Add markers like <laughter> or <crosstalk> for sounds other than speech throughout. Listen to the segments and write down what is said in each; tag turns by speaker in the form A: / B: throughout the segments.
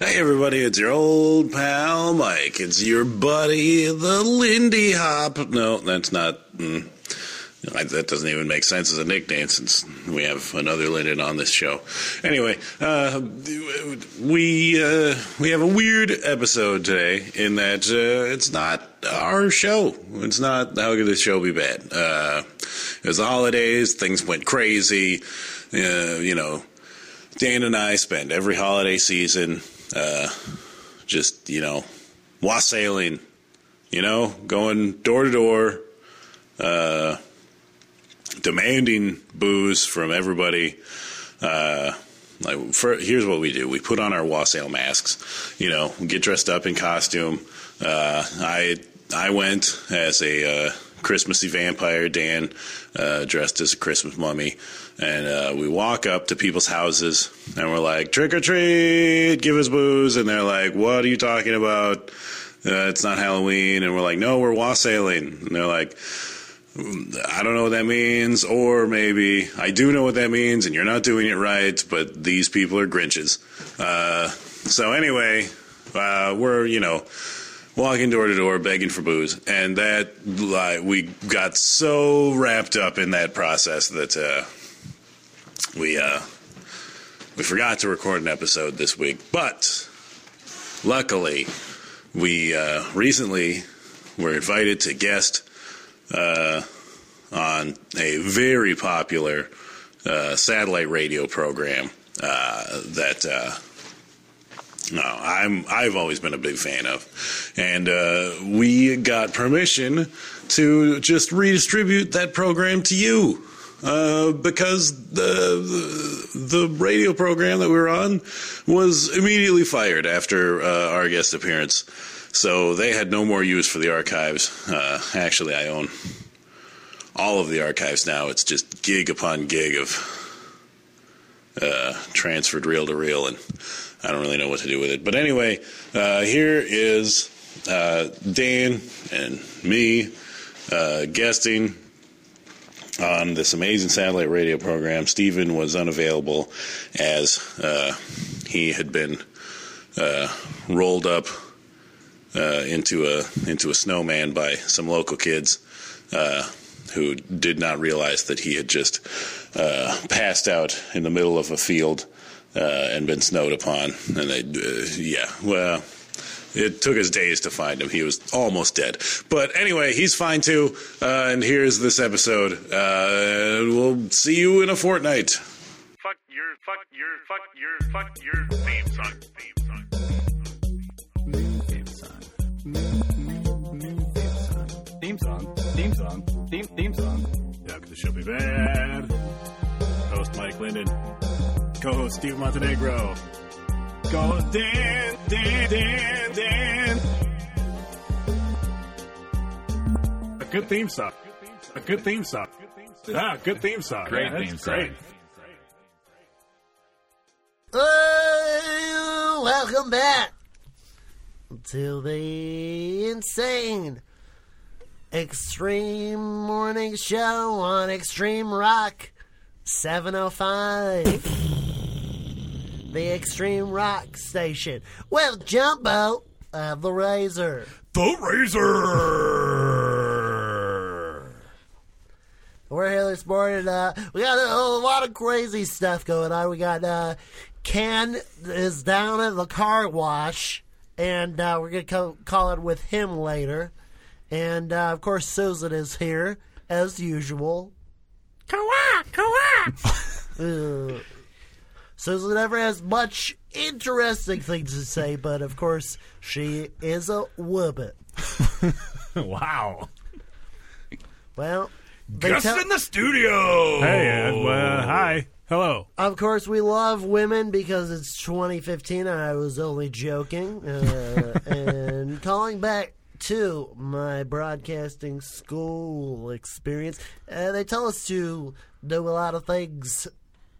A: Hey everybody, it's your old pal Mike. It's your buddy, the Lindy Hop. No, that's not. Mm, I- that doesn't even make sense as a nickname since we have another Linden on this show. Anyway, uh, we uh, we have a weird episode today in that uh, it's not our show. It's not how could this show be bad? Uh, it was the holidays. Things went crazy. Uh, you know. Dan and I spend every holiday season uh, just, you know, wassailing, you know, going door to door, uh, demanding booze from everybody. Uh, like for, here's what we do: we put on our wassail masks, you know, we get dressed up in costume. Uh, I I went as a uh, Christmassy vampire. Dan uh, dressed as a Christmas mummy, and uh, we walk up to people's houses and we're like, "Trick or treat! Give us booze!" And they're like, "What are you talking about? Uh, it's not Halloween!" And we're like, "No, we're wassailing." And they're like. I don't know what that means, or maybe I do know what that means and you're not doing it right, but these people are Grinches. Uh, so, anyway, uh, we're, you know, walking door to door begging for booze. And that, like, we got so wrapped up in that process that uh, we, uh, we forgot to record an episode this week. But luckily, we uh, recently were invited to guest uh, on a very popular uh, satellite radio program uh, that uh, no, I'm I've always been a big fan of, and uh, we got permission to just redistribute that program to you. Uh, because the, the the radio program that we were on was immediately fired after uh, our guest appearance, so they had no more use for the archives. Uh, actually, I own all of the archives now. It's just gig upon gig of uh, transferred reel to reel, and I don't really know what to do with it. But anyway, uh, here is uh, Dan and me uh, guesting on this amazing satellite radio program. Steven was unavailable as uh, he had been uh, rolled up uh, into a into a snowman by some local kids uh, who did not realize that he had just uh, passed out in the middle of a field uh, and been snowed upon. And they, uh, yeah, well. It took us days to find him. He was almost dead. But anyway, he's fine too. Uh, and here's this episode. Uh, we'll see you in a fortnight.
B: Fuck your, fuck your, fuck your, fuck your theme song. Theme song.
C: Theme song. Theme song. Theme theme song.
D: How could the show be bad? Host Mike Linden. Co-host Steve Montenegro. Co-host Dan, Dan, Dan, Dan. A good theme song. A good theme song. Ah, good theme song.
C: Great
D: Yeah, that's
C: theme song.
D: Great.
E: Oh, welcome back to the insane extreme morning show on Extreme Rock 705, the Extreme Rock station with Jumbo of the Razor.
D: The Razor.
E: We're here this morning. Uh, we got a, a lot of crazy stuff going on. We got uh, Ken is down at the car wash, and uh, we're gonna co- call it with him later. And uh, of course, Susan is here as usual. Uh, Susan never has much interesting things to say, but of course, she is a woman.
C: Wow.
E: Well, they
F: Just
E: tell-
F: in the studio.
D: Hey, uh, uh, hi. Hello.
E: Of course, we love women because it's 2015. and I was only joking. Uh, and calling back to my broadcasting school experience, uh, they tell us to do a lot of things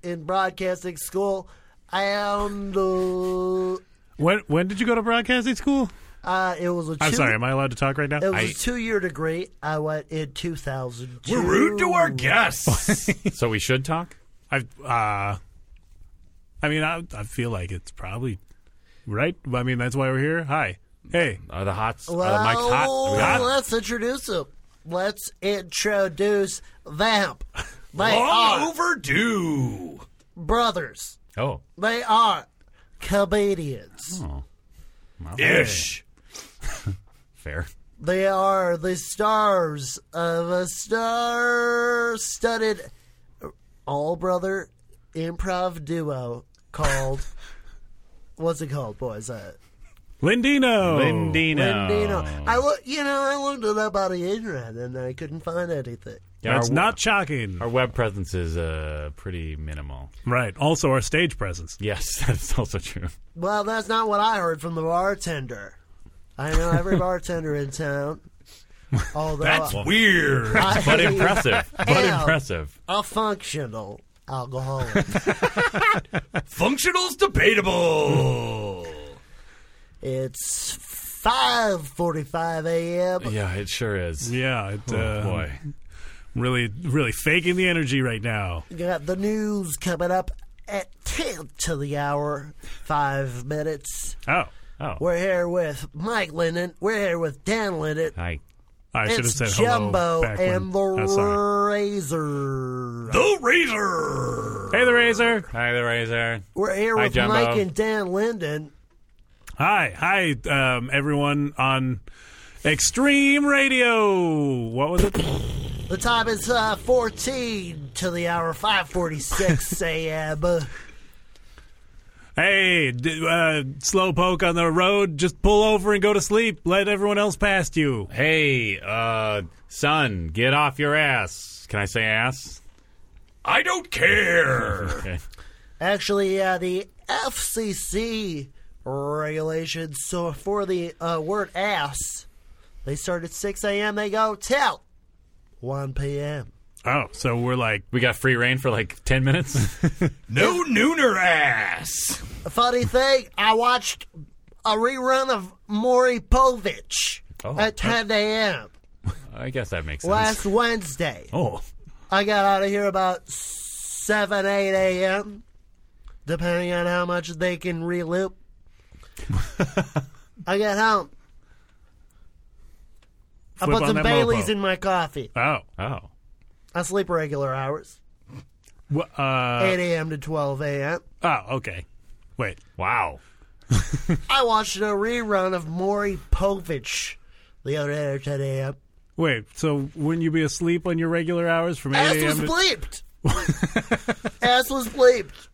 E: in broadcasting school. And uh,
D: When when did you go to broadcasting school?
E: uh, it was a two,
D: I'm sorry, am I allowed to talk right now?
E: it was a two-year degree. I went in 2002.
F: We're rude to our
D: <laughs>
F: guests.
C: So we should talk.
D: I, I've, uh, I mean, I, I feel like it's probably right? I mean, that's why we're here. Hi. Hey.
F: Are the hots?
E: Well,
F: are Uh, the mics hot? Are we hot?
E: let's introduce them. Let's introduce
F: <laughs>
E: them. They
F: Long
E: are
F: overdue.
E: brothers.
F: Oh,
E: They are comedians.
F: ish. <laughs> Fair.
E: They are the stars of a star-studded all-brother improv duo
F: <laughs>
E: called. what's it called, boys? Uh,
D: Lindino. Oh.
F: Lindino.
E: Lindino. I look, you know, I looked it up on the internet and I couldn't find anything.
F: Yeah,
D: That's
F: our,
D: not shocking.
F: Our web presence is uh, pretty minimal.
D: Right. Also, our stage presence.
F: Yes, <laughs> that's also true.
E: Well, that's not what I heard from the bartender. I know every
D: <laughs>
E: bartender in town. Although
F: That's
E: I,
F: weird,
E: I-
F: but <laughs> impressive. But
E: Am.
F: impressive.
E: a functional alcoholic.
F: Functional's debatable.
E: it's 5:45 a.m.
F: yeah, it sure is.
D: Yeah. It,
F: Oh,
D: uh,
F: boy.
D: Really, really faking the energy right now.
E: Got the news coming up at 10 to the hour. 5 minutes.
D: Oh.
F: Oh,
E: We're here with Mike Lennon. We're here with Dan Lennon.
F: hi.
D: I should have
E: It's
D: said hello
E: Jumbo
D: back when-
E: and the
D: oh, sorry.
E: Razor.
F: The Razor.
D: Hey, the Razor.
F: Hi, the Razor.
E: We're here
F: Hi,
E: with
F: Jumbo.
E: Mike and Dan Linden.
D: Hi, hi, um, everyone on Extreme Radio. What was it?
E: The time is uh, 14 to the hour 5:46 a.m.
D: hey, d- uh, slowpoke on the road. Just pull over and go to sleep. Let everyone else past you.
F: Hey, uh, son, get off your ass. Can I say ass? I don't care. <laughs> okay.
E: Actually, uh, the FCC regulations so for the uh, word ass, they start at 6 a.m. They go till 1 p.m.
D: Oh, so we're like,
F: We got free reign for like 10 minutes? <laughs> no nooner ass.
E: A funny thing, I watched a rerun of Maury Povich
F: Oh.
E: at 10 a.m.
F: I guess that makes sense.
E: last Wednesday.
F: oh.
E: I got out of here about 7, 8 a.m., depending on how much they can
D: <laughs>
E: reloop. I got home.
D: Flip
E: I
D: on
E: put some
D: that
E: Baileys
D: mofo.
E: in my coffee.
D: oh,
F: Oh.
E: I sleep regular hours,
D: wh- uh,
E: 8 a.m. to 12 a.m.
D: oh, okay. Wait,
F: Wow.
E: I watched a rerun of Maury Povich the other day at 10 a.m.
D: wait. So wouldn't you be asleep on your regular hours from
E: Ass
D: 8
E: was
D: a.m. to- <laughs>
E: bleeped. Ass was bleeped.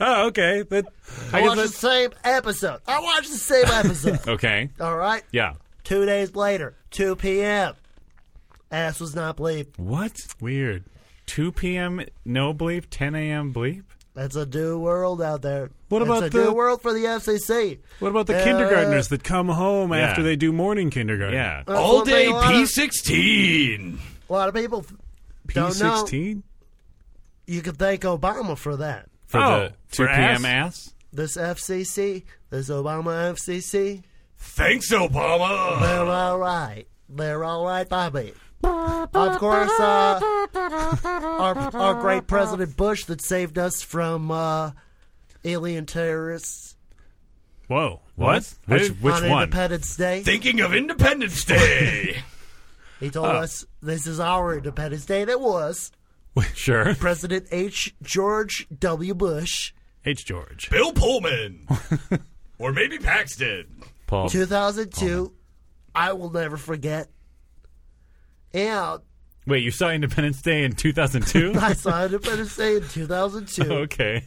D: Oh, okay. That,
E: I,
D: I guess
E: watched the
D: that's,
E: same episode. I watched the same episode.
D: <laughs>
F: Okay.
E: All right.
F: Yeah.
E: Two days later, 2 p.m. Ass was not bleeped.
F: What?
D: weird.
F: 2 p.m. um, no bleep, 10 a.m. bleep?
E: That's a new world out there.
D: What
E: it's
D: about
E: a
D: the-
E: new world for the FCC?
D: What about the
E: Uh,
D: kindergartners that come home
F: Yeah.
D: after they do morning kindergarten?
F: Yeah.
E: That's one thing a lot of-
G: P16.
E: A lot of people don't know.
D: P16?
E: You could thank Obama for that.
F: For
D: Oh,
F: the 2
D: for
F: p.m. ass?
E: This FCC, this Obama FCC,
G: Thanks, Obama.
E: they're all right. They're all right by me. Of course, uh, our, our great President Bush that saved us from uh, alien terrorists
D: Whoa.
F: What? Which, which
E: on
F: one?
E: Independence Day.
G: Thinking of Independence Day.
E: <laughs> He told us this is our Independence Day. And it was
F: Sure.
E: President H. George W. Bush,
D: <laughs> H. George.
G: Bill
F: <laughs>
G: Pullman. or maybe Paxton.
F: Paul.
E: 2002.
G: Oh,
E: I will never forget. And
F: Wait, you saw Independence Day in
D: <laughs>
F: 2002? <laughs>
E: I saw Independence Day in
G: <laughs>
E: 2002.
G: Oh,
F: okay.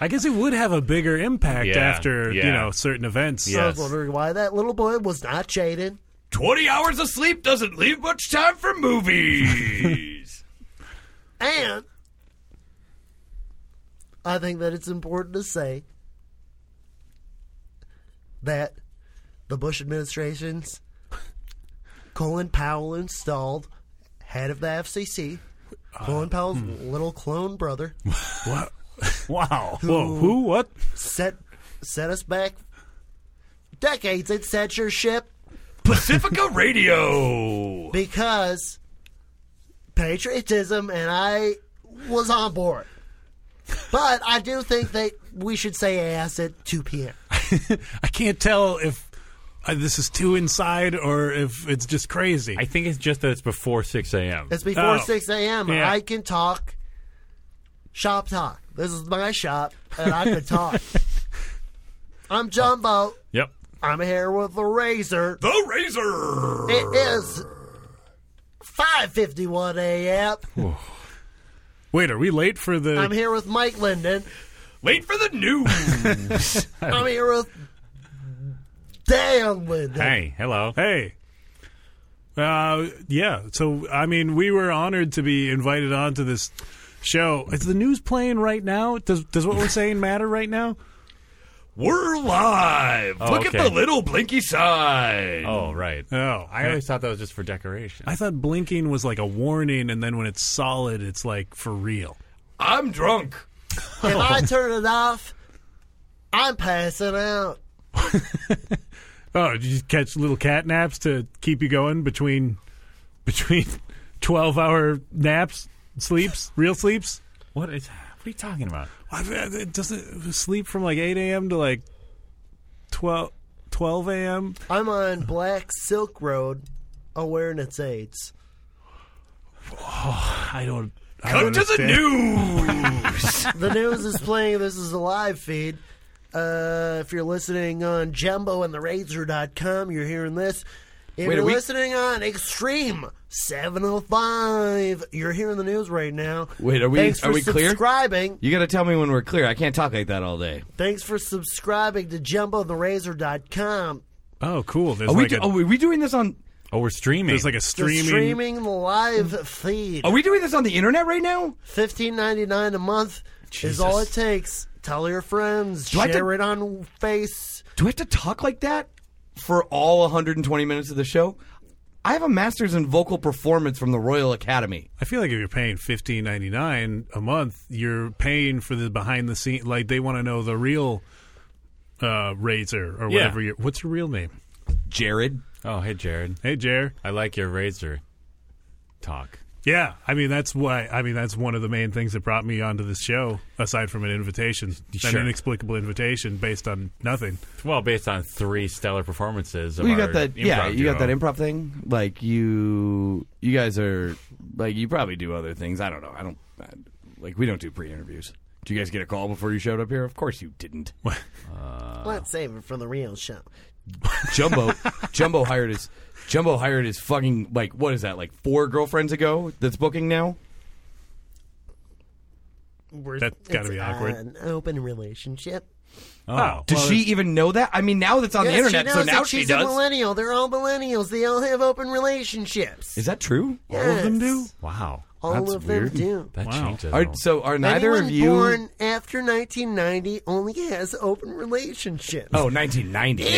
D: I guess it would have a bigger impact
F: Yeah,
D: after
F: yeah.
D: you know certain events.
E: I
F: Yeah.
E: was wondering why that little boy was not jaded.
G: 20 hours of sleep doesn't leave much time for
E: <laughs>
G: movies.
E: And I think that it's important to say that the Bush administration's Colin Powell installed head of the FCC,
G: Uh,
E: Colin Powell's
G: hmm.
E: little clone brother,
D: What?
F: Wow.
D: Whoa. Who? What?
E: set set us back decades in censorship
G: Pacifica Radio.
E: because patriotism, and I was on board. But I do think that we should say ass at 2 p.m.
D: I can't tell if uh, this is too inside or if it's just crazy.
F: I think it's just that it's before 6 a.m.
E: It's before
D: Oh.
E: 6 a.m.
D: Yeah.
E: I can talk shop talk. This is my shop, and I can
D: <laughs>
E: talk. I'm Jumbo.
F: Yep.
E: I'm here with a razor.
G: The Razor.
E: It is 5:51 a.m.
D: Wait, are we late for the?
E: I'm here with Mike Linden.
G: Late for the news.
E: <laughs>
H: <laughs>
E: I'm here with Dan Linden.
F: Hey, hello.
D: hey. Uh, yeah. So I mean, we were honored to be invited onto this show. Is the news playing right now? Does does <laughs> what we're saying matter right now?
G: We're live.
F: Oh,
G: Look
F: okay.
G: at the little blinky sign.
F: Oh, right.
D: Oh,
F: I always thought that was just for decoration.
D: I thought blinking was like a warning, and then when it's solid, it's like for real.
G: I'm drunk.
E: If I turn it off, I'm passing out.
D: Oh, did you catch little cat naps to keep you going between between <laughs> twelve hour naps, sleeps, real sleeps?
F: What is? What are you talking about?
D: I've, it doesn't sleep from like eight a.m. to like 12, 12 a.m.
E: I'm on Black Silk Road awareness aids.
D: I don't. I
G: Come
D: don't
G: to the
D: understand.
G: news.
E: The news is playing. This is a live feed. Uh, if you're listening on Jumbo and the Razor.com, you're hearing this. If you're
G: we-
E: listening on Extreme 705, you're hearing the news right now.
H: Wait, are we-
E: Thanks for
H: are we clear?
E: subscribing.
H: You got to tell me when we're clear. I can't talk like that all day.
E: Thanks for subscribing to Jumbo and the Razor.com.
D: Oh, cool. There's
H: Are we?
D: like
H: Do-
D: a
H: oh, are we doing this on?
F: Oh, we're streaming.
D: there's like a
E: They're
D: streaming.
E: streaming the live feed.
H: Are we doing this on the internet right now?
E: Fifteen ninety nine a month is all it takes. Tell your friends.
H: I have
E: share
H: to-
E: it on Face.
H: Do I have to talk like that for all 120 minutes of the show? I have a master's in vocal performance from the Royal Academy.
D: I feel like if you're paying fifteen ninety nine a month, you're paying for the behind the scene. Like they want to know the real uh, razor or
F: Yeah.
D: whatever. Your, what's your real name?
H: Jared,
F: oh, hey, Jared.
D: Hey, Jer.
F: I like your razor talk.
D: Yeah, I mean that's why. I mean that's one of the main things that brought me onto this show, aside from an invitation,
F: Sure.
D: an inexplicable invitation based on nothing.
F: Well, based on three stellar performances. Of
H: well, you
F: our
H: got that?
F: Improv
H: Yeah, you got
F: duo.
H: that improv thing. Like you, you guys are like you probably do other things. I don't know. I don't I, like we don't do pre-interviews. Do you guys get a call before you showed up here? Of course you didn't.
E: Let's save it for the real show.
H: Jumbo, Jumbo hired his, Jumbo hired his fucking like what is that like four girlfriends ago? That's booking now.
E: We're,
D: That's gotta
E: it's
D: be awkward.
E: An open relationship.
F: Oh,
H: Does she even know that? I mean, now that's on the
E: Yes,
H: internet,
E: she knows
H: so now
E: that
H: she
E: she's
H: does.
E: a millennial. They're all millennials. They all have open relationships.
H: Is that true?
E: All of them do.
F: wow.
E: All
H: That's
E: of
H: weird.
E: them do.
F: That changes.
H: Are,
F: all.
H: so are neither
E: Anyone
H: of you?
E: born after 1990 only has open relationships.
H: Oh, 1990.
E: Ew,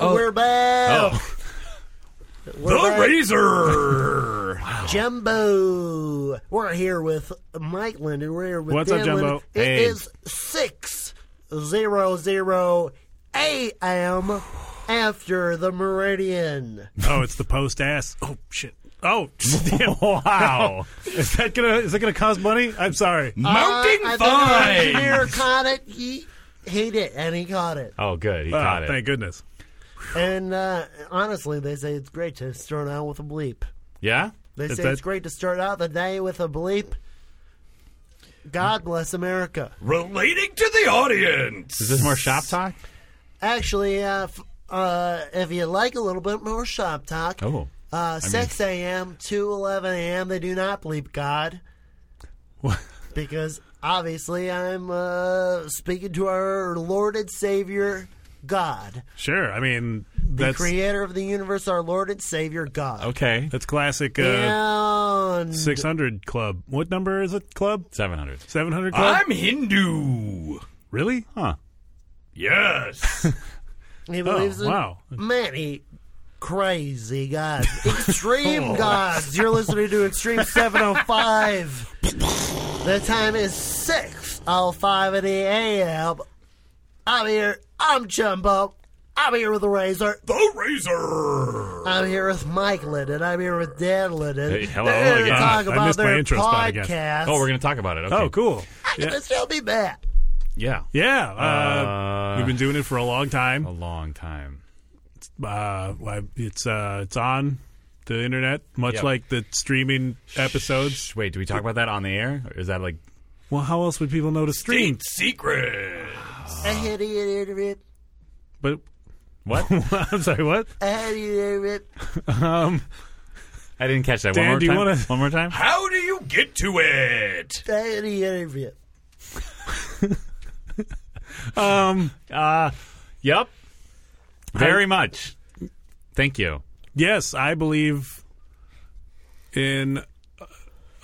D: Oh.
E: we're back. <laughs> We're
G: the
E: back.
G: Razor.
E: Jumbo. We're here with Mike Linden. We're here with
D: What's
E: Dan
D: up, Jumbo?
E: Linden. It
D: Hey.
E: is six zero zero a.m. after the meridian.
D: Oh, it's the post ass. Oh shit. Oh <laughs>
F: <laughs>
D: damn. wow. Is that gonna is that gonna cost money? I'm sorry.
G: Mounting
E: I think our
G: fine.
E: engineer caught it. He hit it and he caught it.
F: Oh, good. He
D: Oh,
F: got it.
D: Thank goodness.
E: And uh, honestly, they say it's great to start out with a bleep.
F: Yeah.
E: They
D: Is
E: say
D: that-
E: it's great to start out the day with a bleep. God bless America.
G: Relating to the audience.
F: Is this more shop talk?
E: Actually, uh, f- uh, if you like a little bit more shop talk,
F: Oh.
E: uh, 6 a.m. to 11 a.m., they do not bleep God. <laughs> Because obviously, I'm uh, speaking to our Lord and Savior, God,
D: Sure. I mean
E: the
D: that's
E: creator of the universe, our Lord and Savior, God.
F: Okay.
D: that's classic uh,
E: And
D: 600 club. What number is it? Club?
F: Seven hundred.
D: 700 club?
G: I'm Hindu.
D: really?
F: Huh.
G: Yes.
E: he
D: Oh,
E: believes in
D: wow.
E: many crazy
D: <laughs>
E: gods, extreme
D: Oh.
E: gods. You're listening to Extreme 705. the time is 6.05 in the a.m. I'm here. I'm Jumbo. I'm here with the Razor.
G: the Razor.
E: I'm here with Mike Linden. I'm here with Dan Linden.
F: Hey, hello
E: They're here to
F: again.
E: talk
D: I
E: about
D: missed my
E: their
D: intro spot Oh, again.
E: podcast.
F: Oh, we're gonna talk about it. Okay.
D: Oh, cool.
E: Let's tell me back.
F: Yeah.
D: Yeah, uh,
F: Uh,
D: we've been doing it for a long time.
F: a long time.
D: Uh, I- it's uh, it's on the internet, much
F: Yeah.
D: like the streaming episodes.
F: Shh, Wait, do we talk about that on the air? Or is that like
D: Well, how else would people know to stream?
G: State secret.
E: I had to get rid of it.
D: But
F: what?
D: I'm sorry, what?
E: I had to get rid of it.
F: I didn't catch that.
D: Dan,
F: one more
D: do you
F: time.
D: wanna-
F: One more time.
G: How do you get to it?
E: I had to get rid of it.
F: Yep. Very much. Thank you.
D: Yes, I believe in uh,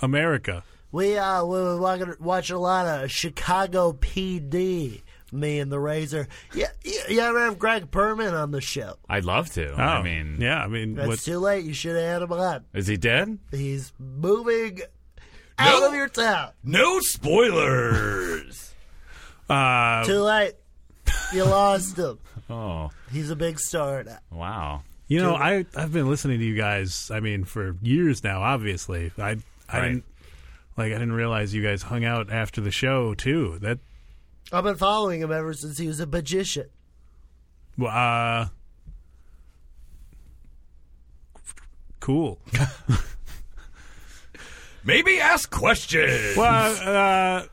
D: America.
E: We uh we were walking, watching a lot of Chicago PD. Me and the Razor. Yeah, yeah, yeah. I have Greg Perman on the show.
F: I'd love to. I mean,
D: Oh, yeah, I mean,
E: That's
D: what,
E: too late. You should have had him on.
F: is he dead?
E: He's moving out
G: No.
E: of your town.
G: No spoilers.
D: uh,
E: Too late. You lost him.
F: Oh,
E: He's a big star now.
F: wow.
D: you know, I I've been listening to you guys. I mean, for years now. Obviously, I I
F: Right.
D: didn't like I didn't realize you guys hung out after the show too. That
E: I've been following him ever since he was a magician.
D: uh, cool.
G: Maybe ask questions.
D: Well,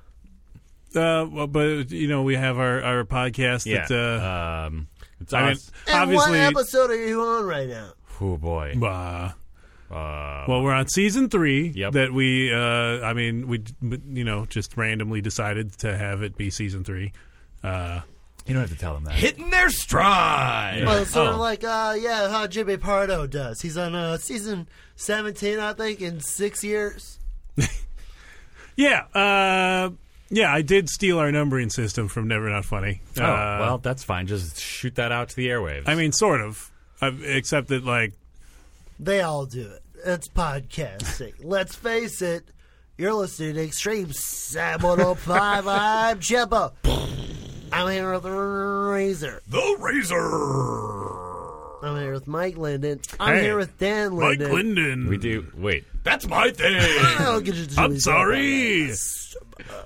D: uh, uh, well, but you know, we have our our podcast
F: Yeah.
D: that. Uh,
F: um, it's
D: I mean,
F: us.
E: And
D: obviously,
E: what episode are you on right now?
F: oh boy.
D: uh,
F: Uh,
D: well, we're on season three.
F: Yep.
D: That we, uh, I mean, we, you know, just randomly decided to have it be season three. Uh,
F: you don't have to tell them that.
G: Hitting their stride.
E: Well, it's sort of
F: Oh.
E: like, uh, yeah, how Jimmy Pardo does. He's on uh, season 17, I think, in six years.
D: yeah, uh, yeah. I did steal our numbering system from Never Not Funny.
F: Oh,
D: uh,
F: well, that's fine. Just shoot that out to the airwaves.
D: I mean, sort of, i except that like
E: They all do it. It's
D: <laughs>
E: podcasting. Let's face it, you're listening to Extreme 705. I'm Chepo. I'm here with Razor.
G: the razor.
E: I'm here with Mike Linden. I'm
D: Hey,
E: here with Dan
D: Mike
E: Linden.
D: Linden.
F: we do. Wait.
G: That's my thing.
E: <laughs> I'll get you to
D: I'm
E: Jimmy's
D: sorry.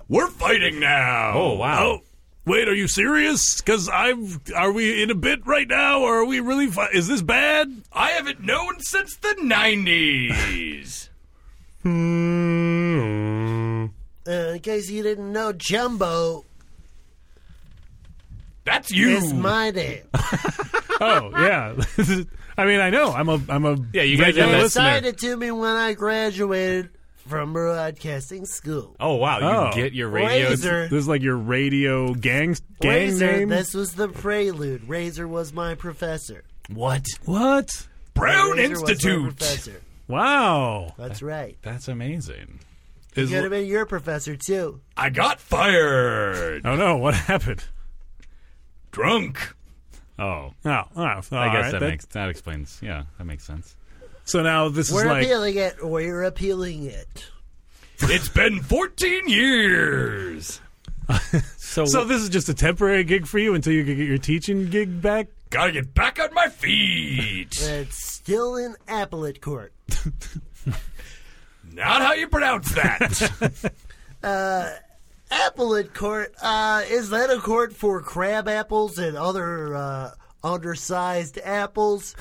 G: We're fighting now.
F: Oh wow.
D: Oh, wait, are you serious? Because I'm. Are we in a bit right now, or are we really? Fi- is this bad?
G: I haven't known since the 90s.
E: Uh, in case you didn't know, Jumbo
G: That's you.
E: is my
D: <laughs>
E: name.
D: <laughs> Oh yeah. <laughs> I mean, I know. I'm a. I'm a.
F: Yeah, you guys have
E: They
F: that-
E: assigned it to me when I graduated from broadcasting school.
F: Oh wow. You
D: Oh.
F: get your radio.
E: Razor.
D: This is like your radio gang gang
E: Razor,
D: name.
E: this was the prelude. Razor was my professor.
F: What?
D: what?
G: Brown
E: Razor was my
G: Institute.
E: professor.
D: Wow.
E: That's right.
F: That's amazing.
E: He could have been your professor too.
G: I got fired.
D: Oh no! What <laughs> happened?
G: Drunk.
F: Oh,
D: Oh, oh I
F: I guess that, makes that explains. Yeah, that makes sense.
D: So now this
E: We're
D: is like.
E: appealing it. We're appealing it.
G: It's been 14 years.
F: So,
D: So this is just a temporary gig for you until you can get your teaching gig back.
G: Gotta get back on my feet.
E: It's still in appellate court.
G: Not how you pronounce
F: <laughs>
G: that.
E: Appellate court. Uh, is that a court for crab apples and other uh, undersized
H: <laughs>
E: apples?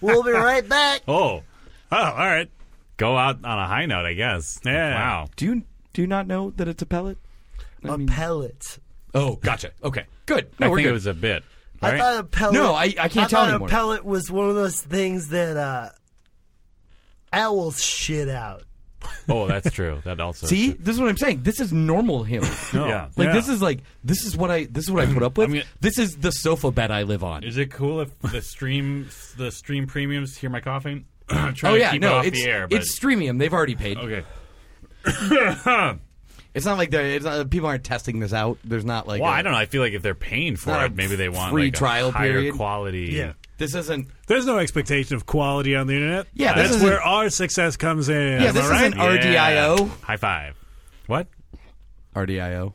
E: we'll be right back.
F: oh,
D: Oh, all right.
F: go out on a high note, I guess.
D: Yeah.
F: Wow.
H: Do you do you not know that it's a pellet?
E: A pellet.
G: oh, gotcha. Okay. Good.
F: I
H: we're
F: think it
H: good.
F: was a bit.
E: I
F: right?
E: thought a pellet.
H: No, I- I can't tell
E: thought a
H: anymore.
E: pellet was one of those things that uh, owls shit out.
F: Oh, that's true. That also.
H: See, this is what I'm saying. This is normal him.
F: <laughs> Yeah.
H: Like
D: Yeah.
H: this is like this is what I this is what I put up with.
F: I'm gonna-
H: this is the sofa bed I live on.
F: Is it cool if the stream the stream premiums hear my
D: <coughs>
F: coughing? Trying
H: Oh
F: to
H: yeah,
F: keep it
H: no,
F: off
H: it's
F: the air, but
H: it's Streamium. They've already paid.
F: okay.
H: <coughs> It's not like they're it's not, people aren't testing this out. There's not like
F: Well,
H: I
F: I don't know. I feel like if they're paying for
H: not
F: it,
H: a
F: maybe they want
H: free
F: like, a
H: trial
F: higher
H: period.
F: quality.
E: Yeah.
H: This isn't.
D: There's no expectation of quality on the internet.
H: Yeah, this
D: that's
H: isn't-
D: where our success comes in.
H: Yeah,
D: am
H: this
D: I right?
H: isn't RDIO.
F: High five. What?
H: RDIO.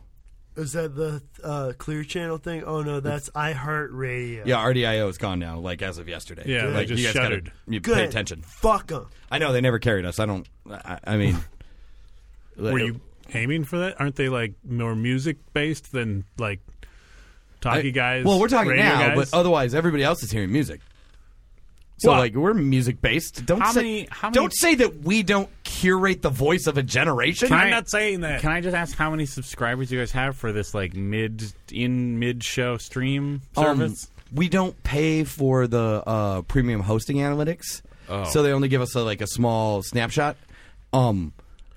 E: Is that the uh, Clear Channel thing? Oh no, that's iHeartRadio.
H: Yeah, RDIO is gone now. Like as of yesterday.
D: Yeah, they
H: like
D: just
H: you guys gotta-
D: shuttered.
H: you
E: Good.
H: pay attention.
E: Fuck 'em.
H: I know they never carried us. I don't. I, I mean,
D: <laughs> Were you aiming for that? Aren't they like more music based than like talkie
H: I-
D: guys?
H: Well, we're talking
D: radio
H: now,
D: guys?
H: but oh, otherwise everybody else is hearing music. So
D: Well-
H: like we're music based. Don't
F: How
H: say
F: many- how many-
H: don't say that we don't curate the voice of a generation.
D: I'm
F: I-
D: not saying that.
F: Can I just ask how many subscribers you guys have for this like mid in mid show stream
H: Um,
F: service?
H: we don't pay for the uh, premium hosting analytics,
F: Oh.
H: so they only give us a, like a small snapshot. Um,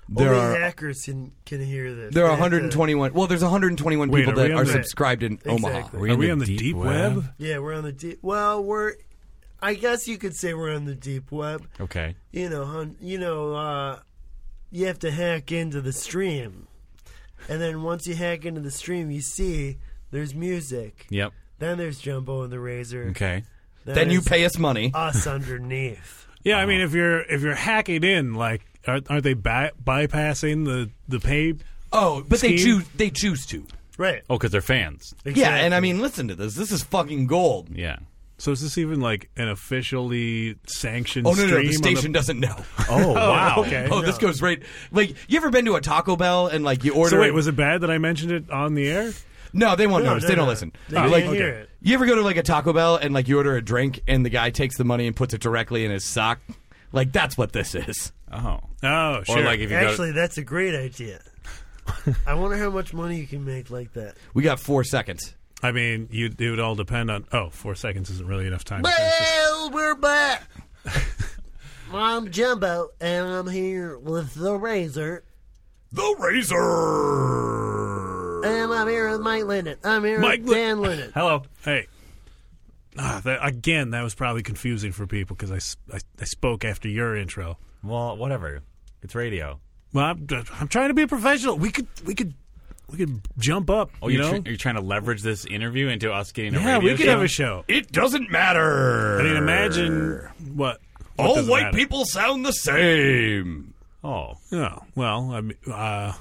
H: there
E: Only
H: are
E: hackers can, can hear this.
H: there
E: They
H: are
E: have to-
H: 121. Well, there's 121
D: Wait,
H: people
D: are
H: that
D: we
H: are
D: on the-
H: subscribed in Omaha.
E: Exactly.
D: Are we on the deep, web?
E: Yeah, we're on the deep. Well, we're. I guess you could say we're on the deep web.
F: Okay.
E: You know, hun, you know, uh, you have to hack into the stream, and then once you hack into the stream, you see there's music.
F: Yep.
E: Then there's Jumbo and the Razor.
F: Okay.
H: Then you
E: is
H: pay Oh, us money.
D: Uh,
E: us underneath.
H: <laughs>
D: Yeah, I mean, if you're if you're hacking in, like, aren't, aren't they by- bypassing the the pay?
H: Oh, but they
D: Scheme.
H: choose they choose to.
E: Right.
F: Oh, because they're fans.
H: Yeah, and I mean, listen to this. This is fucking gold.
F: Yeah.
D: So is this even like an officially sanctioned?
H: Oh no, no, no,
D: stream
H: the
D: on <laughs>
H: station doesn't know.
F: Oh wow.
D: okay.
H: <laughs> Oh, this goes right. Like, you ever been to a Taco Bell and like you order?
D: So wait, was it bad that I mentioned it on the air?
H: no, they won't
E: No,
H: notice.
E: no,
H: they don't
E: no.
H: listen.
E: They
D: Oh,
E: can't
D: like-
E: hear
D: okay.
E: it.
H: You ever go to like a Taco Bell and like you order a drink and the guy takes the money and puts it directly in his sock? Like that's what this is.
F: Oh.
D: Oh, sure.
F: Or like if you
E: Actually, that's a great idea. <laughs> I wonder how much money you can make like that.
H: We got four seconds.
D: I mean, you it would all depend on. Oh, four seconds isn't really enough
H: <laughs>
D: time.
E: Well, we're back. <laughs> I'm Jumbo, and I'm here with the Razor,
H: The razor.
E: and I'm here with Mike Lennon. I'm here
D: Mike
E: with
D: Lin-
E: Dan Lennon.
D: Hello. Hey. Ah, that, again, that was probably confusing for people because I, s- I- I spoke after your intro.
F: go. Well, whatever. It's radio.
D: Well, I'm, uh, I'm trying to be a professional. We could we could we could jump up.
F: Oh,
D: you
F: you're,
D: know.
F: tr- you're trying to leverage this interview into us getting a
D: yeah,
F: radio
D: we could
F: show?
D: have a show.
G: It doesn't matter.
D: I mean, imagine what. what
G: All
D: doesn't
G: white
D: matter.
G: people sound the same.
F: Oh.
D: Oh well, I mean, uh,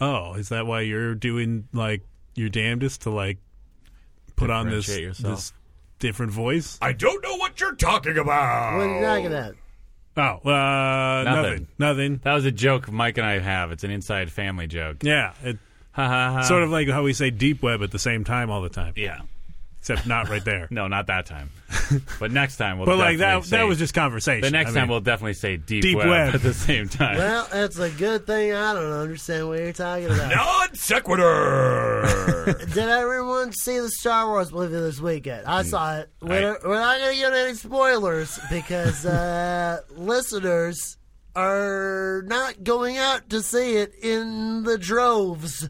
D: oh, is that why you're doing like your damnedest to like put on this
F: Differentiate yourself.
D: this different voice?
G: I don't know what you're talking about.
E: What are you talking about?
D: Oh, uh, nothing,
F: Nothing.
D: nothing.
F: That was a joke Mike and I have. It's an inside family joke.
D: Yeah, it,
F: Ha ha ha.
D: sort of like how we say deep web at the same time all the time,
F: Yeah.
D: except not right there.
F: <laughs> No, not that
D: <laughs>
F: time. but next time we'll.
D: but like that,
F: definitely say-
D: that was just conversation.
F: The next
D: I
F: time
D: mean,
F: we'll definitely say deep,
D: Deep
F: web,
D: web.
F: at the same time.
E: Well, that's a good thing I don't understand what you're talking about.
G: Non
H: <laughs>
G: sequitur.
E: Did everyone see the Star Wars movie this weekend? I
F: Mm.
E: saw it. We're, we're not going to get any spoilers because uh, <laughs> listeners are not going out to see it in the droves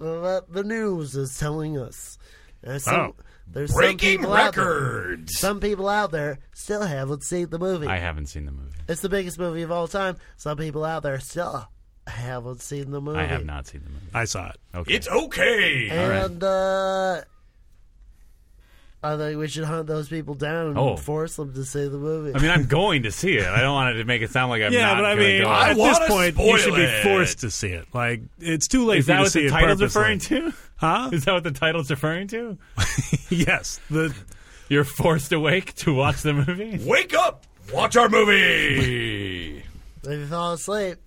E: that the news is telling us. Uh, some,
D: Wow.
F: Oh.
E: There's some
G: Breaking
E: people Out there,
G: records.
E: some people out there still haven't seen the movie.
F: I haven't seen the movie.
E: it's the biggest movie of all time. Some people out there still haven't seen the movie.
F: I have not seen the movie.
D: I saw it.
F: Okay.
G: It's okay.
E: And uh, I think we should hunt those people down and
F: Oh.
E: force them to see the movie.
F: I mean, I'm going to see it. I don't want it to make it sound like I'm
D: yeah,
F: not
D: but I
F: gonna
D: mean,
F: go.
D: at this
G: wanna
D: point, you
G: spoil
D: should be
G: it.
D: forced to see it. Like it's too late
F: is
D: for you
F: that
D: to
F: what
D: see
F: the
D: it
F: title's
D: purposely.
F: referring to? <laughs>
D: Huh?
F: Is that what the title's referring to?
D: yes. The
F: You're forced awake to watch the movie.
G: Wake up. Watch our movie.
E: if you fall asleep,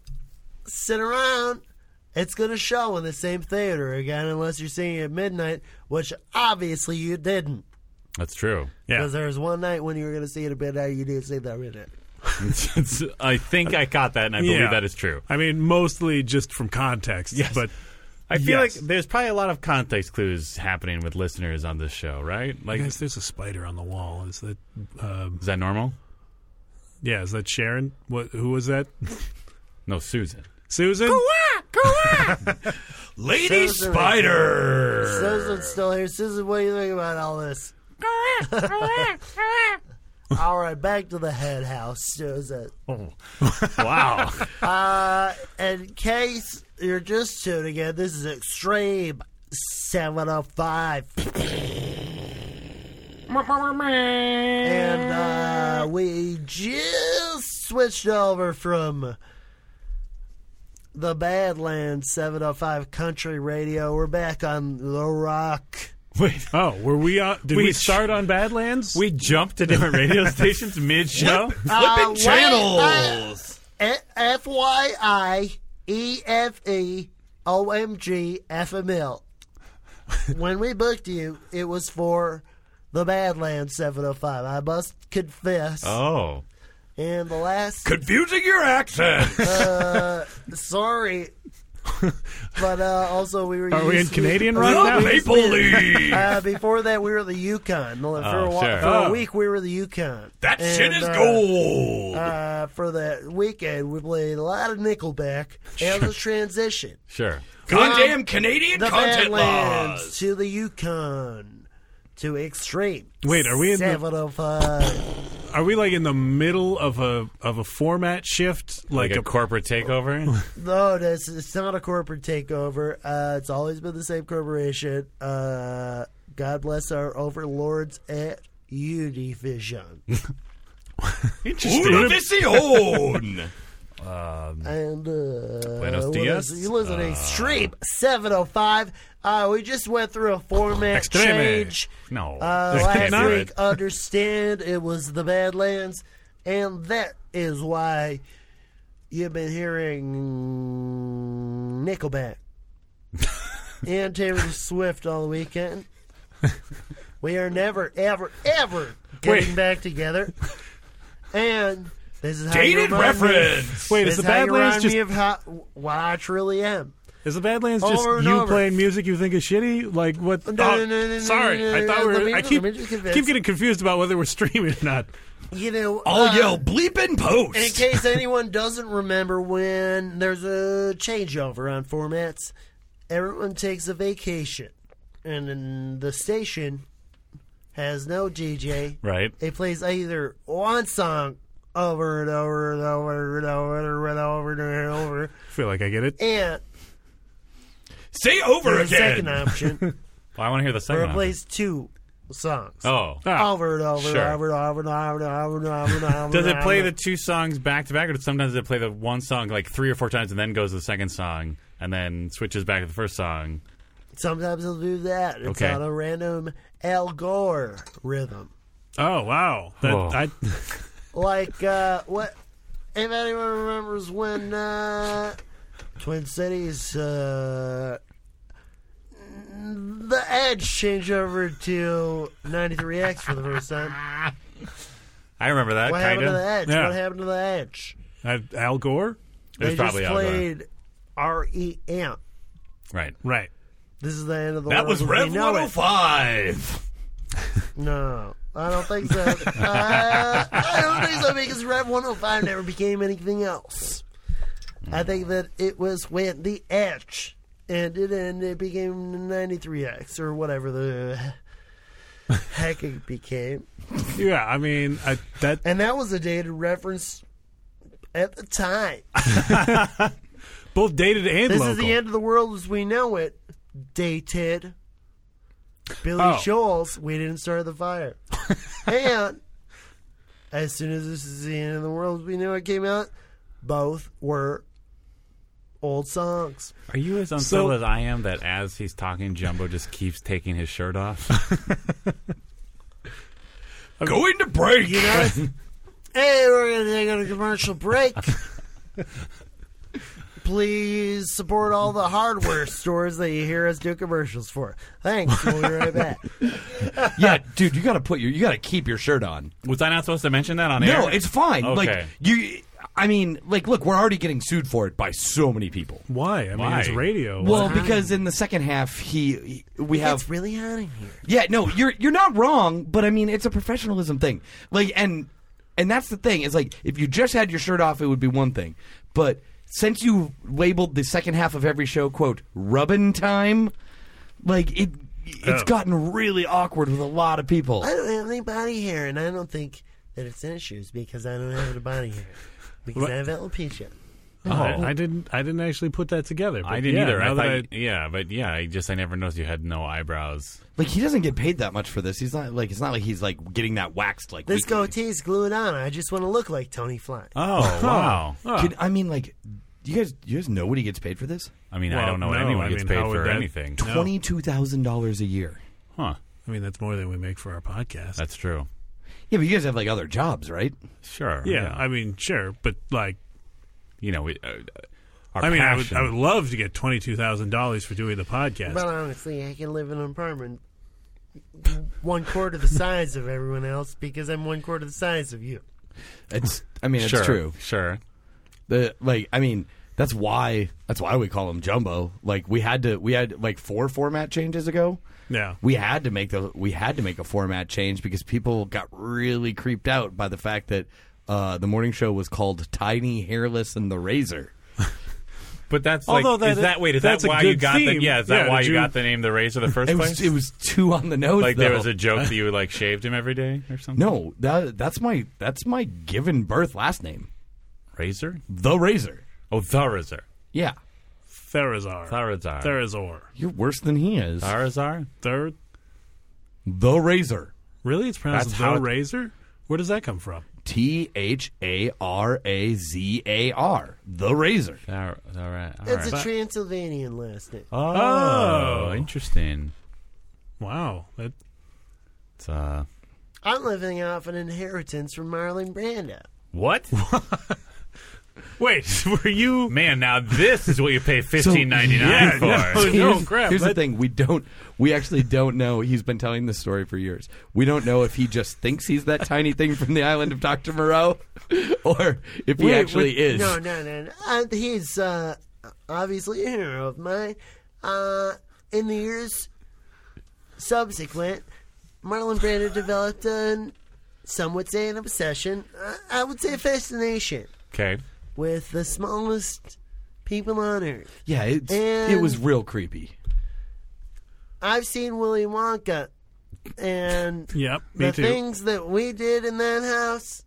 E: sit around. It's going to show in the same theater again, unless you're seeing it at midnight, which obviously you didn't.
F: That's true.
D: <laughs> yeah.
E: Because there was one night when you were going to see it at midnight, you didn't see that at midnight.
F: It's- I think I caught that, and I believe
D: Yeah.
F: that is true.
D: I mean, mostly just from context.
F: Yes.
D: But
F: I feel
D: Yes.
F: like there's probably a lot of context clues happening with listeners on this show, right? Like,
D: guys, there's a spider on the wall. Is that? Um,
F: is that normal?
D: yeah, is that Sharon? What? Who was that?
F: No, Susan.
D: Susan.
G: Lady
E: Susan.
G: Spider.
E: Susan's still here. Susan, what do you think about all this? all right, back to the head house, Susan.
F: Wow.
E: <laughs> Uh, in case you're just tuning in, this is Extreme 705. and uh, we just switched over from the Badlands 705 Country Radio. We're back on The Rock.
F: Wait,
D: Oh, were we on? Did we,
F: We
D: start on Badlands?
F: we jumped to different radio
D: <laughs>
F: stations mid-show.
E: Flipping uh,
G: channels.
E: E FYI, EFE OMG FML. when we booked you, it was for the Badlands 705. I must confess.
F: Oh.
E: And the last.
G: Confusing your
F: <laughs>
G: accent.
E: sorry. but uh, also, we were.
D: Are we in
E: used-
D: Canadian right
G: the
D: now? <laughs>
G: Maple Leaf.
F: <laughs>
E: Uh, before that, we were the Yukon. For, a, while,
F: sure.
E: for
D: Oh.
E: a week, we were the Yukon.
G: That shit
E: And,
G: is
E: uh,
G: gold.
E: Uh, for that weekend, we played a lot of Nickelback and the transition.
F: Sure.
H: Um,
G: Goddamn Canadian
E: The
G: content
E: Badlands
G: laws.
E: to the Yukon to extreme. uh,
D: Wait, are we in the-
E: 705.
D: Are we like in the middle of a of a format shift?
F: Like,
D: Like,
F: a, corporate takeover?
E: no, oh, this it's not a corporate takeover. Uh, it's always been the same corporation. Uh, God bless our overlords at
F: <laughs>
E: Univision.
G: Univision.
E: and uh,
F: Buenos
E: what
F: dias. Uh,
E: else? you listen to Extreme 705. Uh, we just went through a format
F: Extreme.
E: change.
F: <laughs>
D: <laughs>
F: No.
E: Uh,
F: That can't
E: last
F: be
E: week, understand it was the Badlands, and that is why you've been hearing
D: <laughs>
E: Nickelback and Taylor Swift all the weekend. We are never, ever, ever getting
D: Wait.
E: back together. And this is how you
G: Dated
E: remind me-
G: reference.
D: wait,
E: this
D: is the
E: how you
D: Badlands
E: remind
D: just
E: me of how, why I truly am.
D: is the Badlands
E: Over
D: just
E: and
D: you
E: over.
D: playing music you think is shitty? Like what? Oh,
E: No, no, no, no, no,
D: sorry,
E: no, no,
D: I thought
E: no,
D: we
E: let
D: were.
E: me-
D: I keep
E: let me just confess.
D: keep getting confused about whether we're <laughs> streaming or not.
E: You know,
G: I'll
E: uh,
G: yell bleep in post.
E: And in case anyone doesn't remember when there's a changeover on formats, everyone takes a vacation. And then the station has no DJ.
F: Right.
E: It plays either one song over and over and over and over and over and over and over.
D: I feel like I get it.
E: And
G: Say over
E: the
G: again.
E: second
F: <laughs>
E: option,
F: Well, I want to hear the
E: where
F: second
E: it
F: one.
E: plays two songs.
F: Oh.
D: Ah,
E: Over and over
F: sure.
E: and over and over and over and over and over and over.
F: Does it
E: and
F: play
E: over.
F: the two songs back to back, or does sometimes it play the one song like three or four times and then goes to the second song and then switches back to the first song?
E: Sometimes it'll do that. It's
F: Okay.
E: on a random Al Gore rhythm.
D: oh wow, that,
F: Oh.
D: I,
E: Like uh, what? If anyone remembers when uh, Twin Cities, uh, the Edge changed over to 93X for the first time.
F: I remember that
E: What
F: kind
E: happened to the
F: of.
E: Edge?
D: Yeah.
E: What happened to the Edge?
D: I, Al Gore,
F: It was
E: they
F: probably
E: just
F: Al Gore.
E: played REM.
F: Right.
D: right?
E: This is the end of the
G: That
E: world.
G: was
E: as we
G: Rev
E: know it.
G: 105.
E: No, I don't think so. uh, I don't think so because Rev 105 never became anything else. I think that it was when the Edge ended and it became 93X or whatever the heck it became.
D: Yeah, I mean I, that.
E: And that was a dated reference at the time.
D: Both dated and
E: This
D: local.
E: is the end of the world as we know it. Dated. Billy
D: Oh.
E: Shoals, we didn't start the fire. <laughs> and as soon as this is the end of the world as we knew it came out, both were old songs.
F: Are you as unsettled as I am that as he's talking, Jumbo just keeps taking his shirt off?
G: Going to break.
E: You know? hey, we're going to take a commercial
D: <laughs>
E: break. Please support all the hardware stores that you hear us do commercials for. Thanks. We'll be right
D: <laughs>
E: back.
H: <laughs> yeah, dude, you gotta put your you gotta keep your shirt on.
F: Was I not supposed to mention that on air?
H: No, it's fine. Like
F: Okay.
H: you, I mean, like look, we're already getting sued for it by so many people.
D: Why? I mean,
F: Why?
D: it's radio.
H: Well, because in the second half, he, he- we have
E: It's really hot in here.
H: yeah. No, you're you're not wrong, but I mean, it's a professionalism thing. Like and and that's the thing. It's like if you just had your shirt off, it would be one thing, but since you labeled the second half of every show quote rubbin' time, like it. It's
D: Oh.
H: gotten really awkward with a lot of people.
E: I don't have any body hair, and I don't think that it's an issue it's because I don't have any body hair. Because I have alopecia.
D: Oh, I didn't. I didn't actually put that together. but
F: I didn't
D: yeah,
F: either. I
D: now
F: thought,
D: that
F: yeah, but yeah, I just I never noticed you had no eyebrows.
H: Like he doesn't get paid that much for this. He's not like it's not like he's like getting that waxed like
E: This
H: weekly.
E: goatee's glued on. I just want to look like Tony Fly.
F: Oh <laughs> wow!
H: Could- I mean, like, you guys, you guys know what he gets paid for this?
F: I mean, I
D: Well,
F: don't know
D: no,
F: anyone
D: I
F: gets
D: mean,
F: paid
D: how would
F: for
D: that-
F: anything.
D: No.
H: Twenty two thousand dollars a year.
F: Huh?
D: I mean, that's more than we make for our podcast.
F: That's true.
H: Yeah, but you guys have like other jobs, right?
F: Sure.
D: yeah, I mean, sure, but like,
F: you know, we, uh, our
D: I mean, I would,
F: passion.
D: I would love to get twenty two thousand dollars for doing the podcast.
E: But honestly, I can live in an apartment one quarter the size of everyone else because I'm one quarter the size of you.
H: It's. I mean, it's
F: sure,
H: true.
F: Sure.
H: The like. I mean, that's why. That's why we call them jumbo. Like we had to. We had like four format changes ago.
D: yeah,
H: We had to make the. We had to make a format change because people got really creeped out by the fact that uh, the morning show was called Tiny, Hairless, and the Razor.
F: But that's
D: Although
F: like,
D: that
F: is
D: is-
F: that wait, is
D: that's
F: that
D: a
F: why you
D: good
F: got
D: theme.
F: the yeah, is that
D: Yeah,
F: why
D: did
F: you,
D: you-
F: got the name the race in
D: <laughs>
F: the first
H: It
F: place?
H: was. It was two on the nose.
F: like there
H: though.
F: was a joke that you like shaved him every day or something?
H: No, that that's my that's my given birth last name,
F: Razor?
H: the Razor.
F: Oh the razor.
H: Yeah,
D: Therizar.
F: Tharazar.
D: Therizor.
H: you're worse than he is.
F: Tharazar?
D: Ther-
H: The Razor.
D: really, it's pronounced
F: That's
D: the
F: how it-
D: razor. Where does that come from?
H: T H A R A Z A R. The Razor.
F: Thar- Thar- all
E: It's
F: right.
E: a Transylvanian last name.
F: Oh, interesting.
D: Wow, that,
F: It's, uh,
E: I'm living off an inheritance from Marlon Brando.
F: what?
D: wait, <laughs> were you?
F: Man, now this is what you <laughs> pay fifteen ninety nine
D: yeah, Oh,
F: for.
D: no.
H: Here's-
D: crap,
H: Here's the
D: that-
H: thing: we don't, we actually don't know. He's been telling this story for years. We don't know if he just thinks he's that tiny thing from the island of Doctor Moreau, <laughs> or if he
D: Wait,
H: actually
D: wait,
H: is.
E: No, no, no. no. Uh, he's uh, obviously a hero of mine. Uh, in the years subsequent, Marlon Brando developed an, some would say an obsession, uh, I would say a fascination
F: Okay.
E: with the smallest people on earth.
H: Yeah, it's,
E: And-
H: it was real creepy.
E: I've seen Willy Wonka, and
D: Yep, me
E: the
D: too.
E: things that we did in that house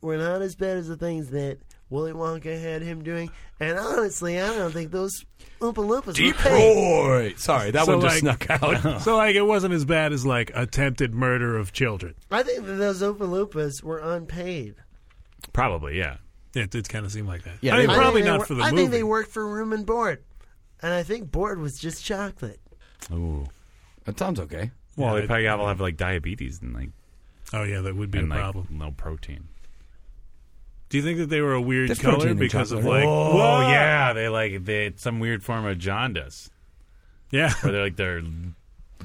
E: were not as bad as the things that Willy Wonka had him doing. And honestly, I don't think those Oompa Loompas were paid.
H: Detroit. Sorry, that
D: So,
H: one just
D: like- <laughs>
H: snuck out.
D: So like, it wasn't as bad as like attempted murder of children.
E: I think that those Oompa Loompas were unpaid.
F: Probably, yeah.
D: It did kind of seem like that.
H: Yeah,
D: I mean,
H: they were.
D: probably
E: I think they
D: not
E: wor-
D: for the
E: I
D: movie.
E: think they worked for room and board, and I think board was just chocolate.
F: Ooh.
H: that sounds okay.
F: Well,
D: Yeah,
F: they
D: I-
F: probably all have like diabetes and like
D: oh yeah, that would be
F: and
D: a
F: like
D: problem.
F: no protein.
D: Do you think that they were a weird
H: There's protein
D: color
H: in
D: because of
H: chocolate.
D: like?
F: Oh yeah, they like they had some weird form of jaundice
D: <laughs> yeah.
F: where they're like their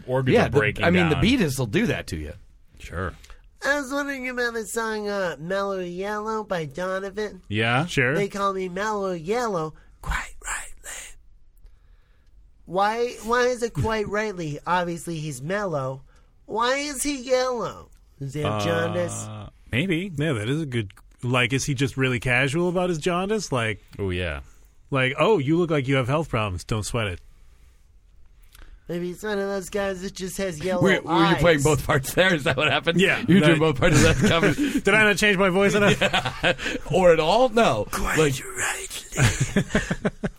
F: organs
H: Yeah,
F: are
H: the-
F: breaking.
H: I mean, the
F: down.
H: Beatles will do that to you.
F: Sure.
E: I was wondering about the song uh, "Mellow Yellow" by Donovan.
F: Yeah.
D: Sure.
E: They call me Mellow Yellow, quite rightly. Why? Why is it quite
D: <laughs>
E: rightly? Obviously, he's mellow. Why is he yellow? Does he have jaundice?
F: Uh, maybe.
D: yeah, that is a good. Like, is he just really casual about his jaundice? Like,
F: Oh yeah.
D: like, oh, you look like you have health problems. Don't sweat it.
E: Maybe he's one of those guys that just has yellow
H: Were, were
E: eyes.
H: you playing both parts there? Is that what happened?
D: Oh, Yeah.
H: You were doing
D: That-
H: both parts of that
D: <laughs>
H: cover.
D: Did I not change my voice enough?
H: or at all? No. like,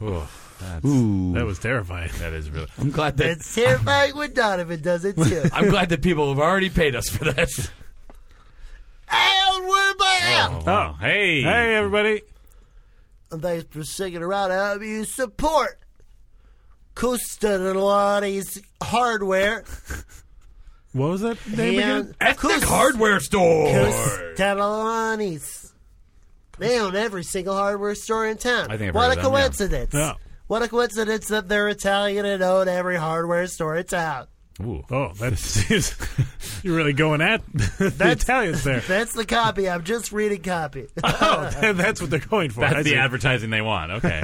F: Oh, that's,
H: ooh.
D: That was terrifying.
F: that is really.
H: I'm glad that
E: <laughs> It's terrifying when Donovan does it too.
D: <laughs>
H: I'm glad that people have already paid us for this.
E: I'll worry about
F: Oh, wow. hey.
D: Hey, everybody.
E: And Thanks for sticking around. I hope you support Custodelani's hardware.
D: What was that name again?
E: and Cus-
H: store.
E: Castellani's. They own every single hardware store in town.
F: I think I've
E: what
F: heard
E: a
F: of them, yeah.
E: coincidence!
D: Yeah.
E: What a coincidence that they're Italian and own every hardware store in
F: <laughs>
E: town.
F: Ooh.
D: Oh, that is. <laughs> You're really going at <laughs> the
E: That's-
F: <laughs>
D: Italians there.
E: That's the copy. I'm just reading copy.
D: Oh, <laughs> that's what they're going for. I
F: That's
D: see.
F: the advertising they want. Okay.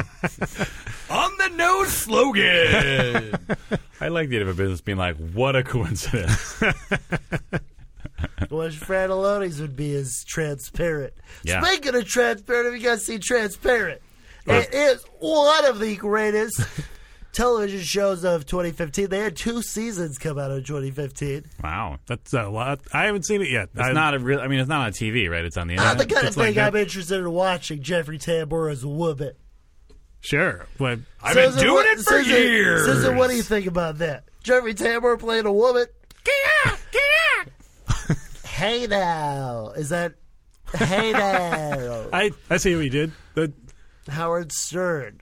H: On the nose slogan.
F: <laughs> I like the idea of a business being like, what a coincidence.
E: Wish Fratelloni's would be as transparent.
F: Yeah.
E: Speaking of transparent, have you guys seen Transparent? It is one of the
F: <laughs>
E: greatest television shows of 2015. They had two seasons come out in 2015.
F: wow.
D: That's a lot. I haven't seen it yet.
F: It's
D: I-
F: not a real. I mean, it's not on TV, right? It's on the
E: Not
F: internet.
E: Ah, the kind of
D: it's like
E: thing
D: that-
E: I'm interested in watching Jeffrey Tambor as a woman.
D: Sure. But
F: I've been
E: Susan,
F: doing
E: what-
F: it for
E: Susan-
F: years.
E: Susan, what do you think about that? Jeffrey Tambor playing a woman. <laughs> Hey now. Is that. Hey now. <laughs>
D: I, I see what you did. That,
E: Howard Stern.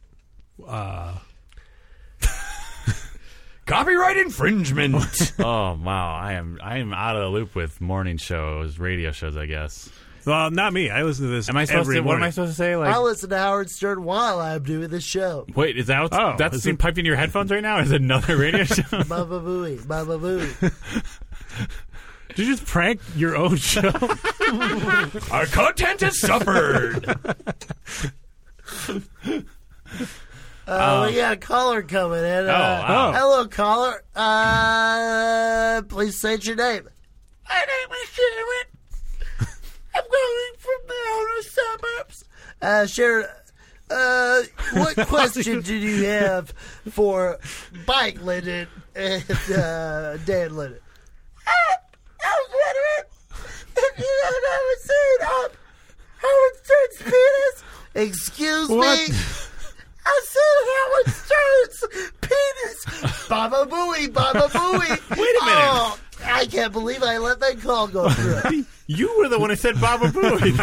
H: Copyright infringement.
F: Oh wow, I am I am out of the loop with morning shows, radio shows. I guess
D: Well, not me. I listen to this.
F: Am I supposed
D: every
F: to? What am
D: morning.
F: I supposed to say? Like,
E: I listen to Howard Stern while I'm doing the show.
F: wait, is that what's,
D: Oh,
F: that's
D: is
F: being
D: it-
F: piped in your headphones right now? Is another radio show?
E: Baba booey, baba booey.
D: Did you just prank your own <laughs> show?
G: Our content has suffered.
E: Uh, we got a caller coming in. Uh,
F: wow.
E: Hello, caller. Uh, please state your name. My name is Sharon. I'm calling from the outer suburbs. Uh, Sharon, uh, what question did you have for Mike Linden and uh, Dan Linden? I was wondering if you had ever seen um, Howard Stern's penis. Excuse me. I said Howard Stern's penis. Baba booey, Baba booey. Wait a minute. Oh, I can't believe I let that call go through.
F: <laughs> you were the one who said Baba Booey.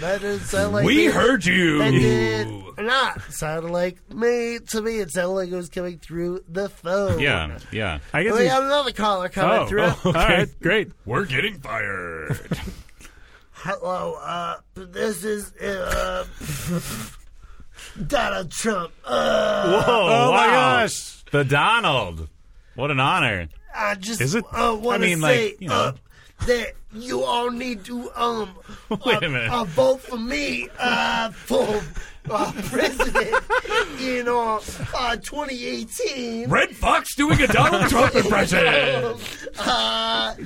E: that didn't sound like
G: we
E: me.
G: heard
E: That
G: you.
E: did not sound like me to me. It sounded like it was coming through the phone.
F: yeah, yeah.
D: I guess.
E: We
D: he-
E: got another caller coming
D: oh,
E: through.
D: oh, all right, great.
G: We're getting fired.
E: Hello, uh, this is, uh, Donald Trump. Uh,
F: Whoa! wow.
D: Oh my gosh!
F: the Donald. What an honor.
E: I just
D: Is it?
E: uh, want
F: I
E: to
F: mean,
E: say
F: like, you know.
E: uh, that you all need to um
F: <laughs> Wait
E: uh,
F: a minute.
E: uh, vote for me uh, for uh, president in uh, uh, 2018.
G: Red Fox doing a Donald Trump impression.
E: Uh, uh,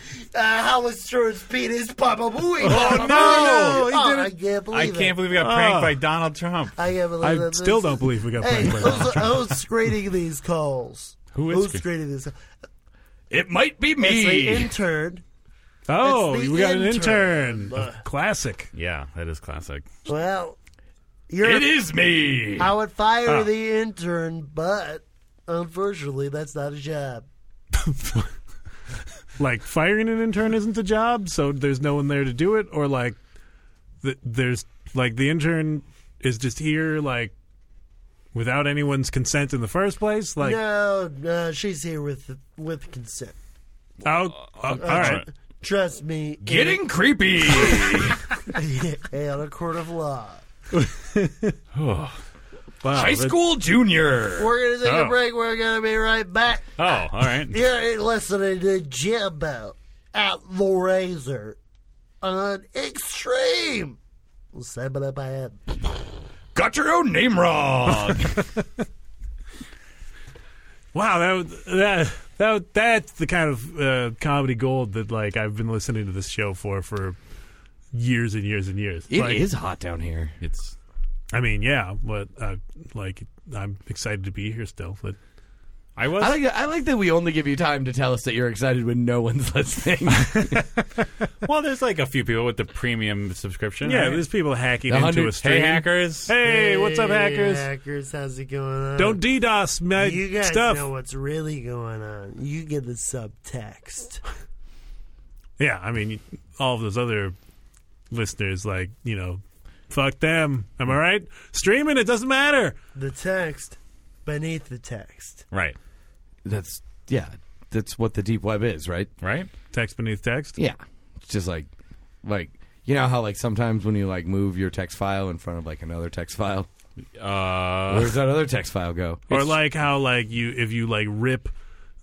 E: Howard Stern's penis, Papa Booey.
F: no!
E: Oh,
D: He did
E: I
D: it.
E: can't
F: I
E: believe it.
F: can't believe we got pranked
D: Oh.
F: by Donald Trump.
E: I can't believe
D: I
E: it. This
D: still
E: is-
D: don't believe we got
E: Hey,
D: pranked by Donald
E: who's, who's screening these calls?
F: Who is
E: who's
F: screen-
E: screening these? It's
G: It might be
E: the
G: me.
E: intern.
D: Oh,
E: It's
D: we
E: the
D: got an
E: intern.
D: intern. Classic.
F: Yeah, that is classic.
E: Well, you're
G: It is me.
E: I would fire the intern, but unfortunately, that's not a job.
D: Like firing an intern isn't the job, so there's no one there to do it, or like th- there's like the intern is just here like without anyone's consent in the first place. Like,
E: No, no, she's here with with consent.
D: oh, oh, all right.
E: Trust me, <laughs>
G: Getting creepy.
E: on a court of law.
D: Wow,
G: High
D: that-
G: school junior.
E: We're gonna take a
F: Oh.
E: break. We're gonna be right back.
F: Oh, all right.
E: You're listening to Jimbo at the Razor on Extreme. We'll send it up ahead.
G: Got your own name wrong.
D: Wow, that was- that that that's the kind of uh, comedy gold that like I've been listening to this show for for years and years and years.
H: It is
D: like,
H: hot down here.
F: It's
D: I mean, yeah, but uh, like I'm excited to be here still. But
F: I was
H: I like, I like that we only give you time to tell us that you're excited when no one's <laughs> listening.
F: well. There's like a few people with the premium subscription.
D: yeah,
F: right?
D: there's people hacking
H: The
D: into
H: hundred-
D: a
H: hey,
D: stream.
F: hey hackers.
D: Hey, what's up,
E: Hey,
D: hackers?
E: Hackers, how's it going on?
D: Don't DDoS my
E: you guys
D: stuff.
E: know what's really going on. You get the subtext.
D: Yeah, I mean, all of those other listeners, like you know, fuck them. Am I right? Streaming, it doesn't matter.
E: The text beneath the text.
F: Right.
H: that's yeah. That's what the deep web is, right?
F: Right.
D: Text beneath text.
H: Yeah. It's just like like you know how like sometimes when you like move your text file in front of like another text file,
F: Uh,
H: where's that other text file go?
D: or like how like you if you like rip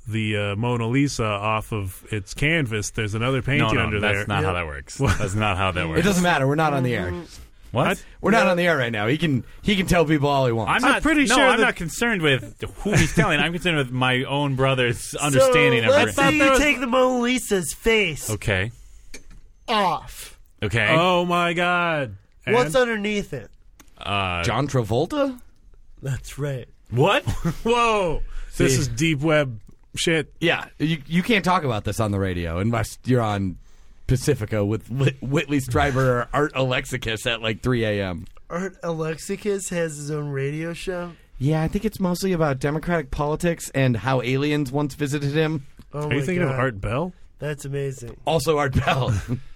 D: the uh, Mona Lisa off of its canvas, there's another painting
F: no, no,
D: under
F: that's
D: there.
F: not how that works. That's not how <laughs> that works.
H: It doesn't matter. We're not on the air.
F: What?
H: We're not on the air right now. He can he can tell people all he wants.
F: I'm,
D: I'm
F: not,
D: pretty
F: no,
D: sure
F: I'm
D: that-
F: not concerned with who <laughs> he's telling. I'm concerned with my own brother's understanding
E: so
F: of
E: let's
F: it.
E: say you take the Mona Lisa's face
F: Okay.
E: off.
F: Okay.
D: Oh my god! And-
E: What's underneath it?
H: John Travolta.
E: That's right.
F: what? <laughs>
D: Whoa! This is deep web shit.
H: Yeah, you you can't talk about this on the radio unless you're on Pacifica with Whit- Whitley Strieber or Art Alexakis at like 3 a.m.
E: Art Alexakis has his own radio show.
H: Yeah, I think it's mostly about democratic politics and how aliens once visited him.
E: Oh
D: Are you
E: my
D: thinking
E: God.
D: of Art Bell?
E: That's amazing.
H: Also, Art <laughs> Bell.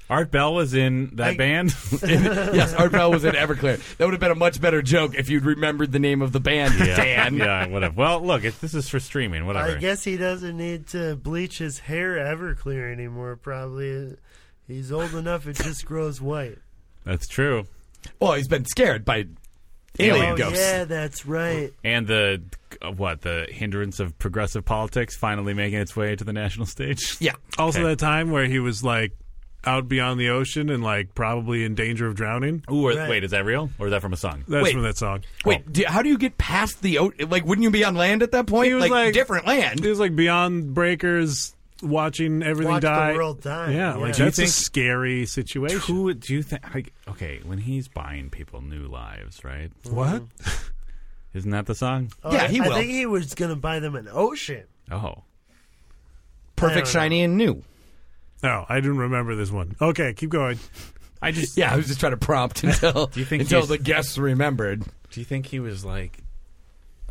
F: Art Bell was in that band.
H: <laughs> yes, Art Bell was in Everclear. That would have been a much better joke if you'd remembered the name of the band, Dan.
F: yeah, whatever. Well, look, it, this is for streaming.
E: I
F: Whatever.
E: guess he doesn't need to bleach his hair ever clear anymore. Probably He's old enough; it just grows white.
F: That's true.
H: Well, he's been scared by alien
E: oh
H: ghosts.
E: yeah, that's right.
F: And the uh, what the hindrance of progressive politics finally making its way to the national stage. <laughs>
H: Yeah.
D: Also,
F: Okay.
D: that time where he was like out beyond the ocean and like probably in danger of drowning.
F: Ooh, or,
E: Right.
F: wait, is that real or is that from a song?
D: That's
H: Wait.
D: from that song.
H: Wait, do, how do you get past the o- like? Wouldn't you be on land at that point?
D: He was like,
H: different land.
D: He was like beyond breakers, watching everything
E: Watch
D: die.
E: the world die.
D: Yeah, like
F: Do you
D: that's a
F: think-
D: scary situation.
F: Who do you think? Like, okay, when he's buying people new lives, right?
D: What?
F: <laughs> Isn't that the song?
E: Oh,
H: Yeah,
E: I-
H: he
E: I
H: will.
E: think he was going to buy them an ocean.
F: Oh,
H: Perfect, shiny, and new.
D: No, Oh, I didn't remember this one. Okay, keep going.
F: I just
H: Yeah, I was just trying to prompt until
F: you think
H: until
F: he's-
H: the guests remembered.
F: Do you think he was like,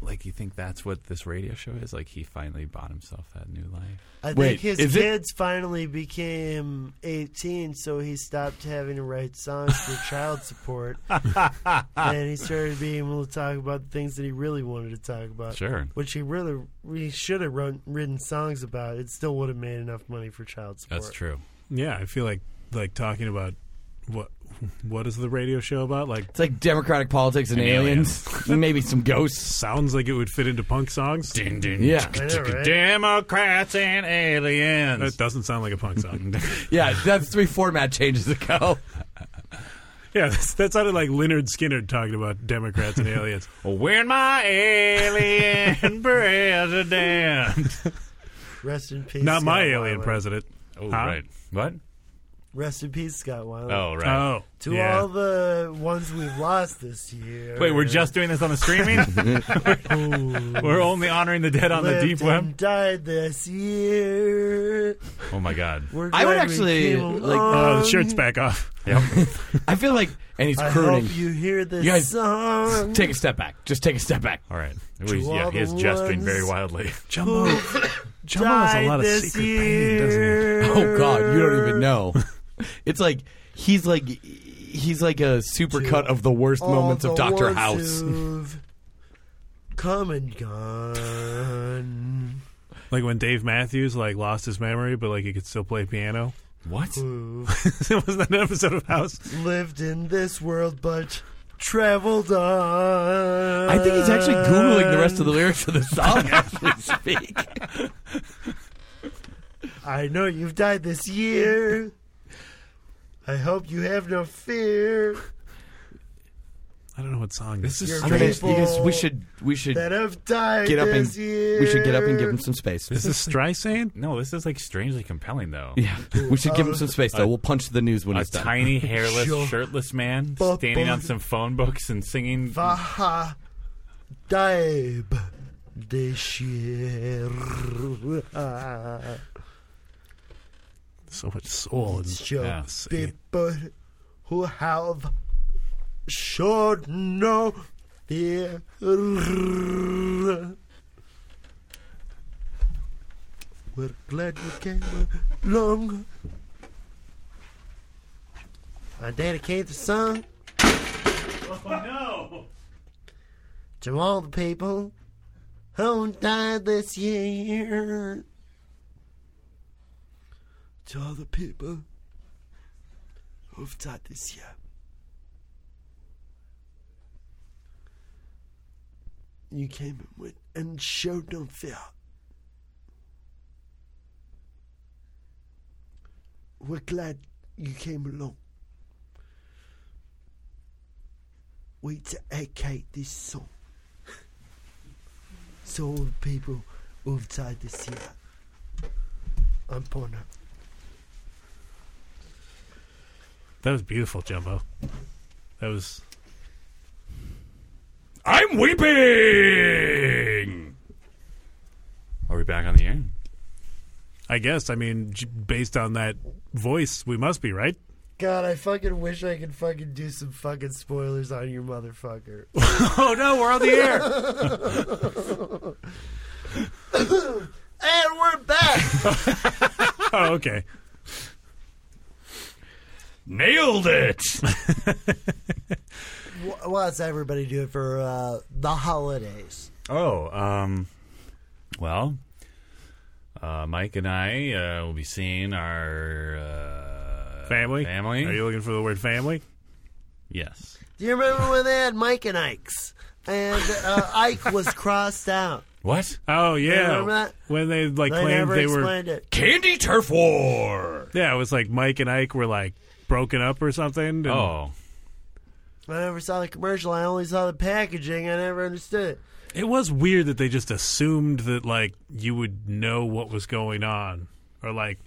F: like you think that's what this radio show is? Like he finally bought himself that new life.
E: I
H: Wait,
E: think his
H: is it-
E: kids finally became 18, so he stopped having to write songs for child
H: <laughs>
E: support. and he started being able to talk about the things that he really wanted to talk about.
F: Sure.
E: Which he really he should have run, written songs about. It still would have made enough money for child support.
F: That's true.
D: Yeah, I feel like like talking about what what is the radio show about? Like
H: It's like democratic politics and,
F: And
H: aliens, maybe some ghosts.
D: sounds like it would fit into punk songs.
F: Ding ding.
H: Yeah,
E: I know, right?
F: Democrats and
D: That
F: aliens.
D: doesn't sound like a
F: <laughs>
D: punk song.
H: yeah, that's three format changes ago.
D: <laughs> yeah, that's, that sounded like Leonard Skinner talking about Democrats
F: <laughs>
D: and aliens.
F: When my <laughs> alien president.
E: Rest in peace.
D: Not
E: Scott
D: my alien
E: Weiland.
D: president.
F: Oh
D: Huh?
F: right. What?
E: Rest in peace, Scott Weiland.
F: Oh right.
D: Oh,
E: To
D: yeah.
E: all the ones we've lost this year.
F: Wait, we're just doing this on the streaming.
D: <laughs>
F: <laughs> we're only honoring the dead on the
E: lived
F: deep web.
E: and died this year.
F: Oh my god.
E: We're
H: I would
E: glad we
H: actually,
E: came
H: like- uh,
D: Oh,
E: along.
D: the shirt's back off.
H: I feel like, and he's
E: I
H: Oh, crooning.
E: hope you hear this
H: You guys- <laughs>
E: song.
H: Take a step back. Just take a step back.
F: All
D: <laughs>
F: right. It was,
E: To
F: yeah,
E: all
F: he
E: the
F: is gesturing very
E: ones <laughs>
F: wildly.
D: Jumbo, Jumbo has a
E: died
D: lot of
E: this
D: secret pain, doesn't
E: year.
H: Oh God, you don't even know. <laughs> it's like he's like he's like a supercut of the worst
E: All
H: moments of
E: the
H: Doctor
E: ones
H: House. <laughs>
E: who've Come and gone.
D: he? Like when Dave Matthews like lost his memory, but like he could still play piano. <laughs>
F: What?
E: Who've
D: was that an episode of House?
E: lived in this world, but traveled on.
H: I think he's actually
E: Uh,
H: googling the rest of the lyrics of the song as we
E: <laughs>
H: speak.
E: I know you've died this year. I hope you have no fear.
D: I don't know what song this
E: is-
H: I mean, it's- because we should we should
E: that have died
H: get up and
E: this year.
H: we should get up and give him some space.
D: Is this Streisand?
F: No, this is like strangely compelling though.
D: <laughs>
H: Yeah, we should
E: Uh,
H: give him some space though. We'll punch the news when
F: A
H: he's done.
F: tiny, hairless,
E: Sure.
F: shirtless man
E: Bo-
F: standing
E: bo-
F: on some phone books and singing.
E: Vaha died this year. Ah,
D: So much soul. And,
E: Show
F: Yeah,
D: see.
E: people who have showed no fear. We're glad you came along. I dedicate the song to all the people who died this year. To all the people who've died this year. You came and went and showed no fear. We're glad you came along. We dedicate this song <laughs> to all the people who've died this year. I'm Bono.
D: That was beautiful, Jumbo. That was.
F: I'm weeping. Are we back on the air?
D: I guess. I mean, j- based on that voice, we must be <laughs> right.
E: God, I fucking wish I could fucking do some fucking spoilers on your motherfucker.
D: Oh no, we're on the air.
E: And we're back!
D: oh, okay.
G: Nailed it.
E: Wh- What's everybody doing for uh, the holidays?
F: <laughs> Oh, um, well, uh, Mike and I uh, will be seeing our uh,
D: Family?
F: family?
D: Are you looking for the word family?
F: Yes.
E: Do you remember when they had Mike and Ike's? And uh, Ike was crossed out.
F: What?
D: Oh yeah.
E: remember that?
D: When they like
E: They
D: claimed
E: never
D: they were
E: explained it.
G: Candy Turf War.
D: Yeah, it was like Mike and Ike were like broken up or something. and-
F: Oh,
E: I never saw the commercial. I only saw the packaging. I never understood it.
D: It was weird that they just assumed that like you would know what was going on, or like,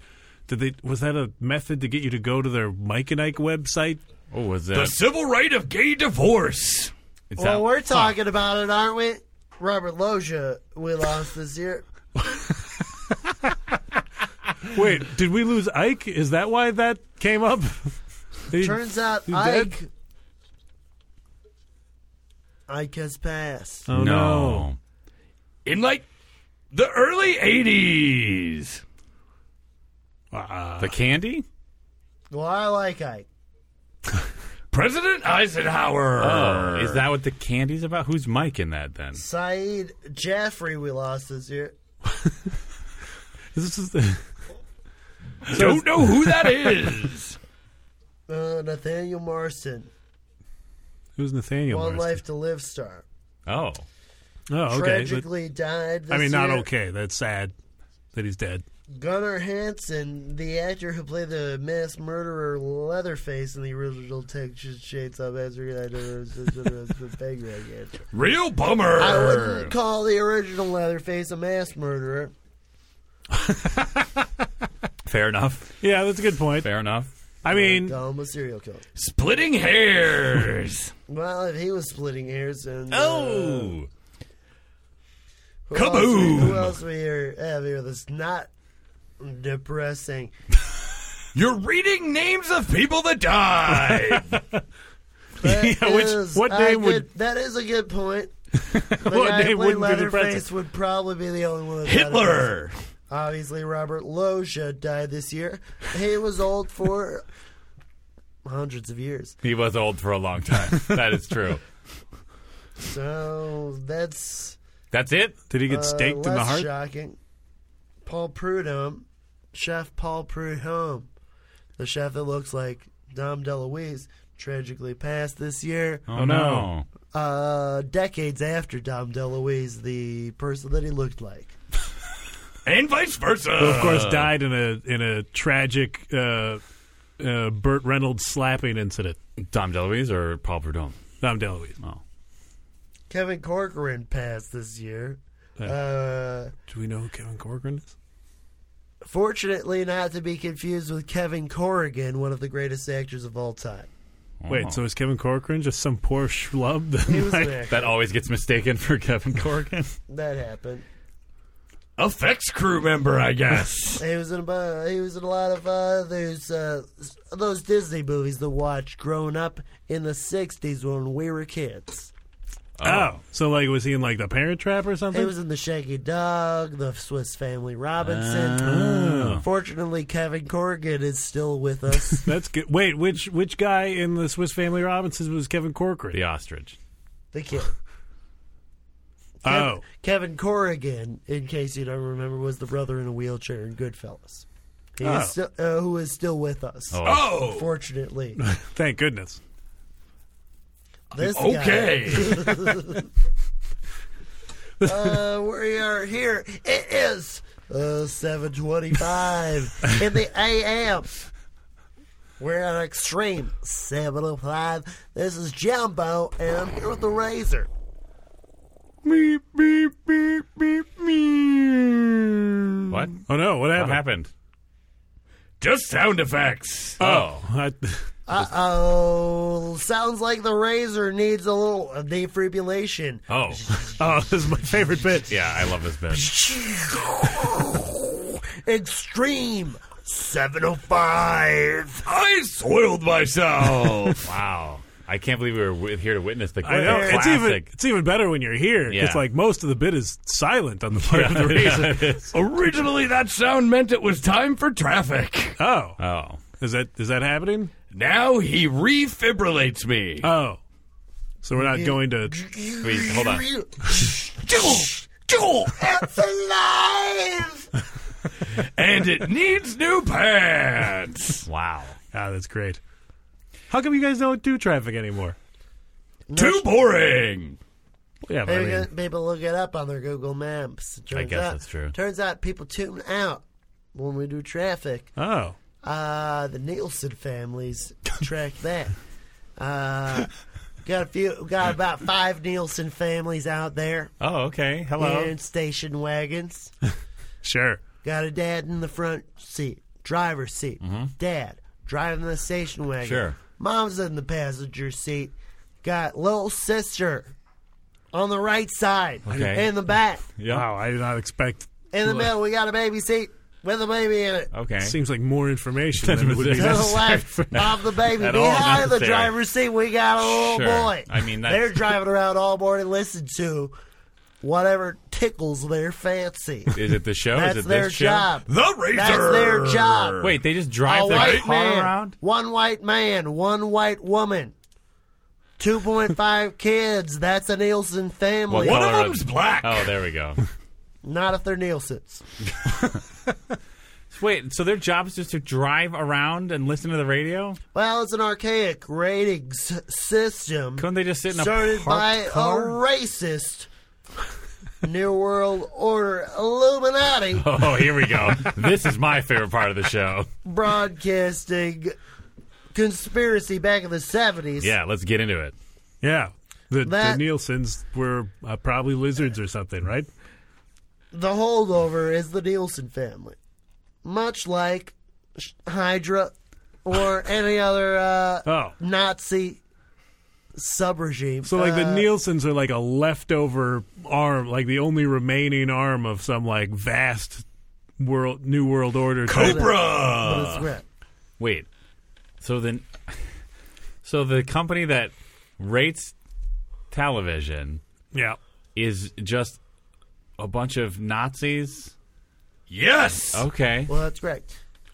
D: did they? Was that a method to get you to go to their Mike and Ike website?
F: what was
G: The
F: that?
G: civil right of gay divorce.
F: It's
E: Well,
F: out-
E: we're talking about it, aren't we? Robert Loggia, we lost this year.
D: Wait, did we lose Ike? Is that why that
E: <laughs>
D: came up? He-
E: Turns out
D: He's dead?
E: Ike. Ike has passed.
D: oh, no.
F: no.
G: In like the early 80s.
D: Uh,
F: The candy?
E: Well, I like Ike.
G: President Eisenhower.
E: Uh,
F: Oh, is that what the candy's about? Who's Mike in that then?
E: Saeed Jaffrey, we lost this year.
D: <laughs> this is the-
G: Don't know who that is.
E: Uh, Nathaniel Morrison,
D: who's Nathaniel?
E: One
D: Morrison?
E: Life to Live star.
F: Oh,
D: Oh, okay. but-
E: Tragically died this
D: I mean, not
E: year.
D: okay. That's sad that he's dead.
E: Gunnar Hansen, the actor who played the mass murderer Leatherface in the original Texas Chainsaw Massacre, I never was
D: <laughs>
E: the big again.
G: Real bummer.
E: I wouldn't call the original Leatherface a mass murderer.
F: fair enough.
D: Yeah, that's a good point.
F: Fair enough.
D: I mean,
E: Dom a serial killer.
G: Splitting hairs.
E: Well, if he was splitting hairs, and
F: Oh,
E: kaboom! Who else we here have here that's not depressing?
G: <laughs> You're reading names of people that
F: <laughs>
G: died.
E: That
D: <laughs> Yeah, which-
E: is
D: what
E: a
D: name would-
E: good- that is a good
D: <laughs>
E: point. The
D: What
E: guy who
D: name
E: played
D: wouldn't be depressing?
E: Leatherface would probably be the only one. that's not depressing.
G: Hitler.
E: Obviously, Robert Loggia died this year. He was old for hundreds of years.
F: he was old for a long time. that is true.
E: So that's
F: That's it.
D: did he get
E: uh,
D: staked in the
E: less
D: heart?
E: shocking. Paul Prudhomme, Chef Paul Prudhomme, the chef that looks like Dom DeLuise, tragically passed this year.
F: Oh no.
E: Uh, decades after Dom DeLuise, the person that he looked like.
G: And vice versa.
D: who of
F: Uh.
D: course died in a in a tragic uh, uh, Burt Reynolds slapping incident.
F: Tom DeLuise or Paul Oh. Prudhomme?
D: Tom DeLuise.
E: Kevin Corcoran passed this year. Uh,
D: Do we know who Kevin Corcoran is?
E: fortunately, not to be confused with Kevin Corrigan, one of the greatest actors of all time.
D: Wait, so is Kevin Corcoran just some poor schlub? <laughs> That,
E: He was
D: like-
E: an actor.
F: that always gets mistaken for Kevin Corrigan.
E: That happened.
G: Effects crew member, I guess.
E: He was in a he was in a lot of uh, those uh, s- those Disney movies to watch growing up in the '60s when we were kids.
D: oh, so like was he in like the Parent Trap or
E: He
D: something?
E: was in the Shaggy Dog, the Swiss Family Robinson. Fortunately, Kevin Corrigan is still with
D: <laughs>
E: us.
D: That's good. Wait, which which guy in the Swiss Family Robinson was Kevin Corcoran?
F: the ostrich.
E: the kid.
D: Oh,
E: Kevin Corrigan, in case you don't remember, was the brother in a wheelchair in Goodfellas. He
D: Oh.
E: is still, uh, who is still with us.
F: Oh.
G: Oh,
E: Fortunately,
D: thank goodness.
E: this guy-
G: okay.
E: uh, we are here. It is uh, 725 in the AM. We're on Extreme 705. This is Jumbo, and I'm here with the Razor.
F: What?
D: Oh no, what
F: What
D: happened?
F: happened?
G: Just sound effects.
F: Oh,
D: I-
E: Uh-oh. Sounds like the Razor needs a little
F: <laughs>
E: defibrillation.
F: <laughs> oh,
D: <laughs> oh, this is my favorite bit.
F: yeah. I love this bit.
E: Extreme 705.
G: I soiled myself.
F: Wow. I can't believe we were wi- here to witness the
D: I know
F: classic.
D: it's even it's even better when you're here because
F: Yeah.
D: like most of the bit is silent on the part
F: <laughs>
D: of the reason.
G: Originally, that sound meant it was time for traffic.
D: Oh,
F: Oh,
D: is that is that happening?
G: Now he refibrillates me.
D: Oh. So we're not going to.
F: wait, Uh, hold on.
E: It's alive!
G: and it needs new pants.
F: Wow.
D: Ah, that's great. How come you guys don't do traffic anymore?
G: Too boring.
D: Yeah, but I
E: Maybe
D: mean,
E: get- people look it up on their Google Maps. It turns
F: guess
E: out,
F: that's true.
E: Turns out people tune out when we do traffic.
D: oh,
E: Uh, the Nielsen
D: <laughs>
E: families track that. Uh, got a few, got about five Nielsen families out there
D: oh, okay. Hello,
E: in station wagons.
D: sure.
E: Got a dad in the front seat, driver's seat. Dad driving the station wagon.
F: Mm-hmm. Sure.
E: Mom's in the passenger seat. Got little sister on the right side
F: Okay.
E: in the back.
F: Yeah.
D: Wow, I did not expect.
E: In
F: <laughs>
E: the middle, we got a baby seat with a baby in it.
F: Okay.
D: Seems like more information
F: Eh? <laughs> That
D: than would be
F: was
E: To
F: it.
E: the
D: necessary.
F: <laughs>
E: left of the baby,
F: At all
E: behind the
F: necessary.
E: driver's seat, we got a little
F: Sure.
E: boy.
F: I mean, that's-
E: they're driving around all morning, listen to whatever tickles their
F: <laughs>
E: fancy.
F: Is it the show?
E: That's
F: is it
E: their
F: this show?
E: job.
G: The razor.
E: That's their job.
F: Wait, they just drive
E: a
F: their
E: white
F: car
E: man,
F: around?
E: One white man, one white woman, 2.5 <laughs> kids. That's a Nielsen family.
G: One of
F: Color of-
G: them's black.
F: Oh, there we
D: <laughs>
F: go.
E: Not if they're Nielsen's.
F: Wait, so their job is just to drive around and listen to the radio?
E: Well, it's an archaic ratings system
F: Couldn't they just sit in a
E: started
F: parked
E: by
F: car?
E: a racist <laughs> New World Order Illuminati
F: Oh, here we
D: <laughs>
F: go. this is my favorite part of the show.
E: broadcasting conspiracy back in the 70s.
F: Yeah, let's get into it.
D: Yeah, the,
E: That-
D: the Nielsen's were uh, probably lizards or something, right?
E: the holdover is the Nielsen family, much like Sh- Hydra or any other uh,
D: Oh,
E: Nazi Uh, sub regime.
D: so like the Nielsen's are like a leftover arm, like the only remaining arm of some like vast world, new world order. type-
G: Oprah.
F: Wait. So then So the company that rates television
D: Yeah,
F: is just a bunch of Nazis?
G: Yes.
F: Okay.
E: well, that's great.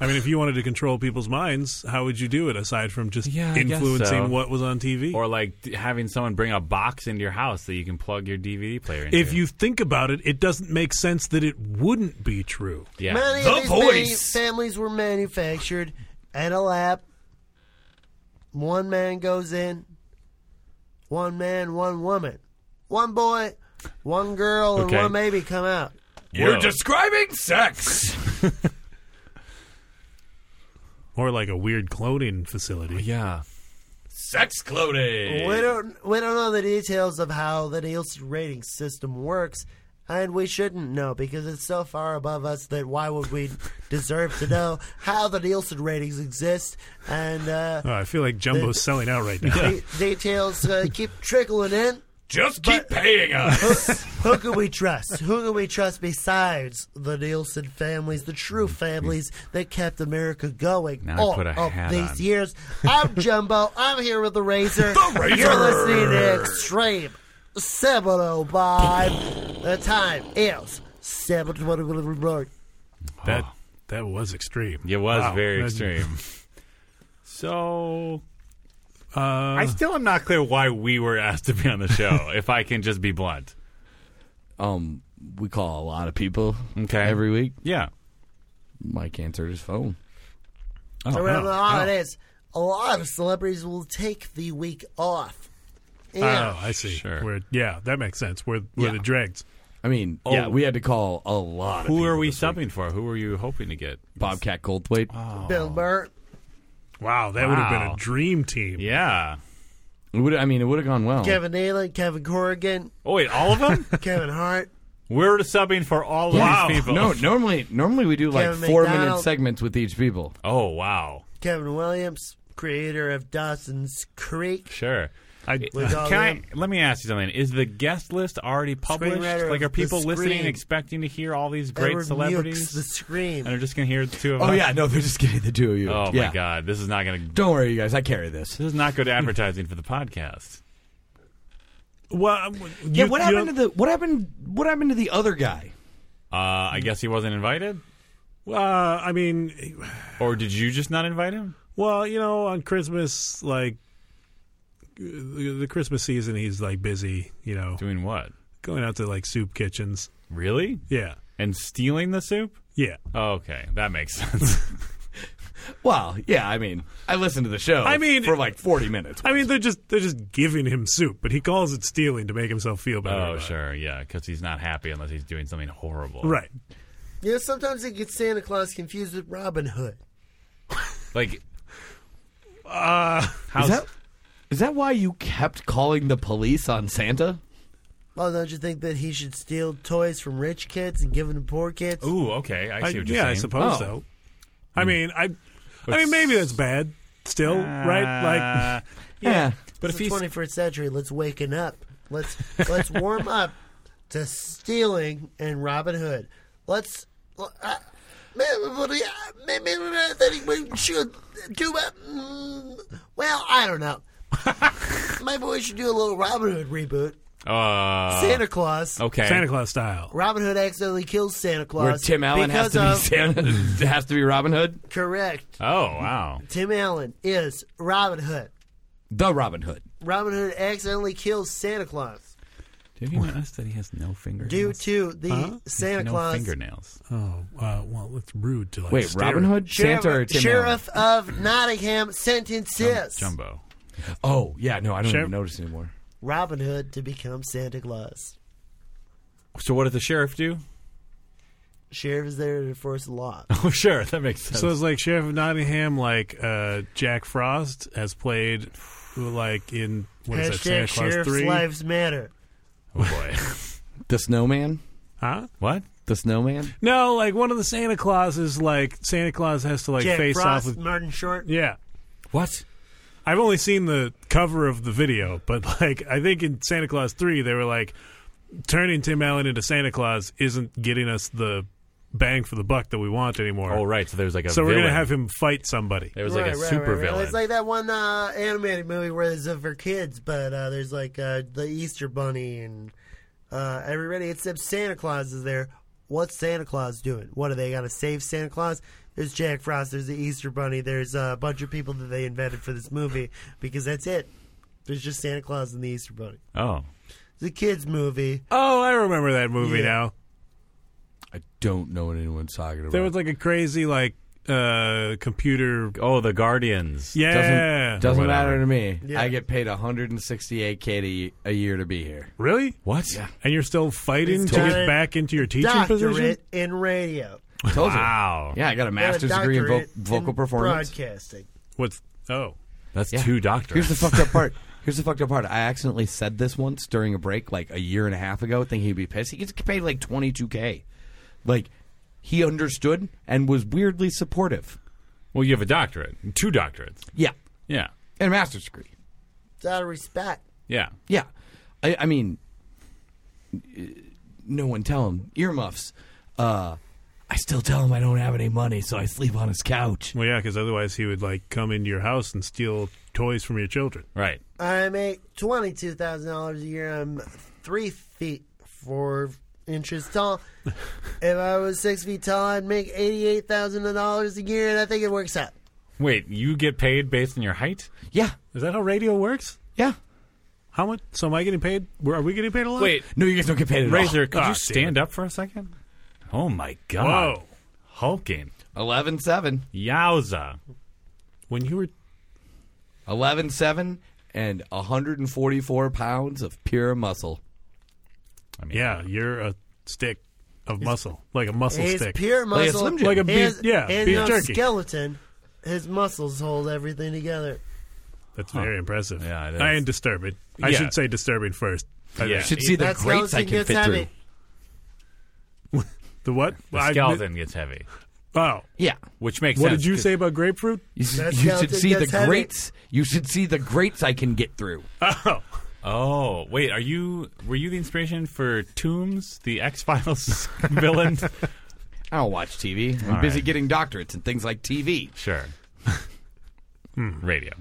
D: I mean, if you wanted to control people's minds, how would you do it aside from just
F: Yeah, I guess
D: influencing
F: so.
D: what was on TV?
F: Or like d- having someone bring a box into your house that you can plug your DVD player into.
D: if you think about it, it doesn't make sense that it wouldn't be true.
F: yeah.
E: Many
G: The
E: of these many
G: voice.
E: families were manufactured in a lab. One man goes in, one man, one woman, one boy, one girl,
F: Okay.
E: and one baby come out.
G: We're
F: Yo.
G: describing sex.
D: Or like a weird cloning facility.
F: yeah.
G: sex cloning.
E: We don't we don't know the details of how the Nielsen rating system works, and we shouldn't know because it's so far above us that why would we deserve to know how the Nielsen ratings exist and uh,
D: Oh, I feel like Jumbo's selling out
F: <laughs>
D: right now.
E: de- details uh, keep trickling in.
G: Just keep paying us.
E: Who can we trust? Who can we trust besides the Nielsen families, the true families that kept America going
F: Mm-hmm. Now I
E: all
F: put a
E: of
F: hat
E: these
F: on.
E: years?
F: <laughs>
E: I'm Jumbo. I'm here with the Razor.
G: The Razor.
E: You're listening to Extreme 705. The time is 7:21.
D: That that was extreme.
F: <laughs> It was
D: Wow.
F: very
D: That-
F: extreme. so
D: Uh,
F: I still am not clear why we were asked to be on the show, if I can just be blunt.
H: Um, we call a lot of people
F: Okay.
H: every week.
F: Yeah.
H: Mike answered his phone.
F: Oh,
E: Around
D: no,
E: the holidays, a lot of celebrities will take the week off. Yeah.
D: oh, I see.
F: Sure.
D: We're, yeah, that makes sense. We're, we're the dregs.
H: I mean, oh,
F: Yeah.
H: we had to call a lot. of
F: Who are
H: people
F: we
H: this week.
F: subbing for? Who are you hoping to get?
H: Bobcat Goldthwait.
E: Bill Burr.
F: Oh.
D: Wow, that would have been
F: Wow.
D: a dream team.
F: Yeah.
H: It would. I mean, it would have gone well.
E: Kevin Nealon, Kevin Corrigan,
F: Oh wait, all
E: <laughs>
F: of them?
E: Kevin Hart.
F: we're subbing for all of
H: Wow.
F: these people.
H: No, normally, normally we do like
E: Kevin
H: four minute
E: McDonald.
H: segments with each people.
F: Oh wow.
E: Kevin Williams, creator of Dawson's Creek,
F: Sure. I,
E: With all
F: can I
E: them.
F: let me ask you something? Is the guest list already published?
E: Screenwriter
F: Like, are
E: of the
F: people listening,
E: Scream.
F: and expecting to hear all these great
E: Edward
F: celebrities,
E: Mewkes, The Scream.
F: and they're just gonna hear the two of
H: Oh
F: us?
H: yeah, no, they're just getting the two of you.
F: Oh
H: yeah.
F: my god, this is not gonna.
H: Don't worry, you guys. I carry this.
F: This is
E: <laughs>
F: not good advertising for the podcast.
D: Well, um, you,
H: yeah. What happened to the? What happened? What happened to the other guy?
F: Uh, I guess he wasn't invited,
D: the? Uh, I mean,
F: or did you just not invite him?
D: Well, you know, on Christmas, like the the Christmas season, he's like busy. You know,
F: Doing what?
D: going out to like soup kitchens.
F: Really?
D: Yeah,
F: And stealing the soup?
D: yeah.
F: <laughs> Oh, okay, that makes sense.
H: Well, yeah, I mean, I listened to the show.
D: I mean-
H: for like forty minutes.
D: I mean, they're just they're just giving him soup, but he calls it stealing to make himself feel better. about
F: Oh,
D: it.
F: sure, yeah, because he's not happy unless he's doing something horrible.
D: Right.
E: You know, sometimes they get Santa Claus confused with Robin Hood.
F: Like, uh,
H: Is that is that why you kept calling the police on Santa?
E: Oh, don't you think that he should steal toys from rich kids and give them to poor kids?
F: Ooh, okay, I see
D: I-
F: what you're
D: yeah,
F: saying. Hmm.
D: I suppose
H: Oh.
D: so. I mean, I, I mean, maybe that's bad. Still, right? Like,
F: Uh,
H: Yeah.
F: but if
E: it's the
F: he's
E: 21st century. Let's waken up. Let's let's warm up to stealing and Robin Hood. Let's. Uh, maybe we should do a, mm, well, I don't know. Maybe we should do a little Robin Hood reboot.
H: Eh.
F: uh,
E: Santa Claus.
F: okay,
D: Santa Claus style.
E: Robin Hood accidentally kills Santa Claus.
H: oh. Where Tim Allen has
E: because
H: to be
E: of-
H: Santa, <laughs> has to be Robin Hood,
E: Correct.
F: Oh wow,
E: Tim Allen is Robin Hood.
H: the Robin Hood.
E: Robin Hood accidentally kills Santa Claus
F: did you notice that he has no fingers?
E: due to the Santa
F: no
E: Claus
F: fingernails.
D: Oh, uh, well, it's rude to like.
H: Wait,
D: stare
H: Robin
D: at-
H: Hood,
E: Sheriff,
H: Santa, or Tim
E: Sheriff of Nottingham sentences
F: Jumbo.
H: Allen? Oh, yeah, no, I don't
D: Sheriff-
H: even notice anymore.
E: Robin Hood to become Santa Claus.
F: So what did the sheriff do?
E: Sheriff is there to enforce the
D: <laughs>
E: law.
F: Oh, sure, that makes sense.
D: So it's like Sheriff of Nottingham, like uh, Jack Frost, as played, like in what
E: Hashtag
D: is that Santa Claus
E: Sheriff's
D: three?
E: Lives Matter.
F: oh boy,
H: The snowman,
D: Huh?
F: what?
H: the snowman.
D: No, like one of the Santa Clauses, like Santa Claus has to like
E: Jack
D: face
E: Frost,
D: off with.
E: Martin Short.
D: Yeah,
F: What?
D: I've only seen the cover of the video, but <laughs> like I think in Santa Claus three, they were like turning Tim Allen into Santa Claus isn't getting us the bang for the buck that we want anymore.
F: Oh right, so there's like a.
D: so we're
F: villain.
D: gonna have him fight somebody.
F: There was like
E: Right,
F: a
E: right,
F: super
E: right, right.
F: villain.
E: It's like that one uh, animated movie where it's uh, for kids, but uh, there's like uh, the Easter Bunny and uh, everybody except Santa Claus is there. What's Santa Claus doing? What are they got to save Santa Claus? There's Jack Frost. There's the Easter Bunny. There's uh, a bunch of people that they invented for this movie because that's it. There's just Santa Claus and the Easter Bunny.
F: oh,
E: It's a kids movie.
D: Oh, I remember that movie
E: Yeah.
D: now.
H: I don't know what anyone's talking about.
D: There was like a crazy like uh computer.
F: oh, the Guardians.
D: Yeah,
H: doesn't, doesn't
F: Whatever.
H: matter to me.
E: Yeah.
H: I get paid 168k to, a year to be here.
D: really?
F: What?
D: And you're still fighting
E: He's
D: to get
E: done.
D: back into your teaching position?
E: Doctorate in radio.
H: Told
F: Wow.
H: you. Yeah, I got a master's degree in vo-
E: Doctorate
H: vocal
E: in
H: performance.
E: Broadcasting.
D: What's oh?
F: That's
H: Yeah.
F: two doctors.
H: Here's the fucked up part. Here's the fucked up part. I accidentally said this once during a break, like a year and a half ago, thinking he'd be pissed. He gets paid like 22k. Like he understood and was weirdly supportive.
F: well, you have a doctorate, two doctorates.
H: Yeah,
F: Yeah,
H: and a master's degree.
E: It's out of respect.
F: yeah.
H: Yeah, I, I mean, uh, no one tell him earmuffs. Uh, I still tell him I don't have any money, so I sleep on his couch.
D: Well, yeah, because otherwise he would like come into your house and steal toys from your children.
F: Right.
E: I make twenty two thousand dollars a year. I'm three feet four inches
D: <laughs>
E: tall. if I was six feet tall, I'd make eighty eight thousand dollars a year, and I think it works out.
F: Wait, you get paid based on your height?
H: Yeah,
D: Is that how radio works?
H: yeah.
D: How much? So am I getting paid? Were- Are we getting paid a lot?
H: No, you guys don't get paid at
F: Razor, oh, could
D: Ah,
F: you
D: damn
F: stand up for a second? Oh my god.
D: Whoa.
F: Hulking.
H: all. Eleven seven.
F: Yowza.
D: When you were
H: 11 7 and 144 pounds of pure muscle.
F: I mean,
D: yeah, you're a stick of muscle, like a muscle
E: His
D: stick.
E: pure
H: Like a
E: muscle,
H: Slim Jim. Like
D: a beef-
E: his,
D: yeah,
E: his
D: beef
E: no
D: jerky.
E: skeleton, his muscles hold everything together.
D: That's very impressive.
F: Oh. Yeah, it is.
D: I am disturbing. I
F: Yeah.
D: should say disturbing first. I
F: Yeah.
D: think.
H: Should see the
E: That
H: grates I
E: skeleton
H: can
E: gets
H: fit
E: heavy.
H: through.
D: The what?
F: The
D: I-
F: skeleton gets heavy,
D: oh,
H: Yeah.
F: which makes
D: what
F: sense.
D: did you
F: 'cause-
D: say about grapefruit? <laughs>
H: You, s-
E: That
H: you should
E: skeleton
H: see the
E: gets heavy.
H: grates. You should see the grates I can get through.
D: Oh,
F: Oh, wait, are you were you the inspiration for Tombs, the X-Files <laughs> villain?
H: I don't watch TV. I'm
F: All
H: busy
F: right.
H: getting doctorates and things like TV.
F: Sure. Radio.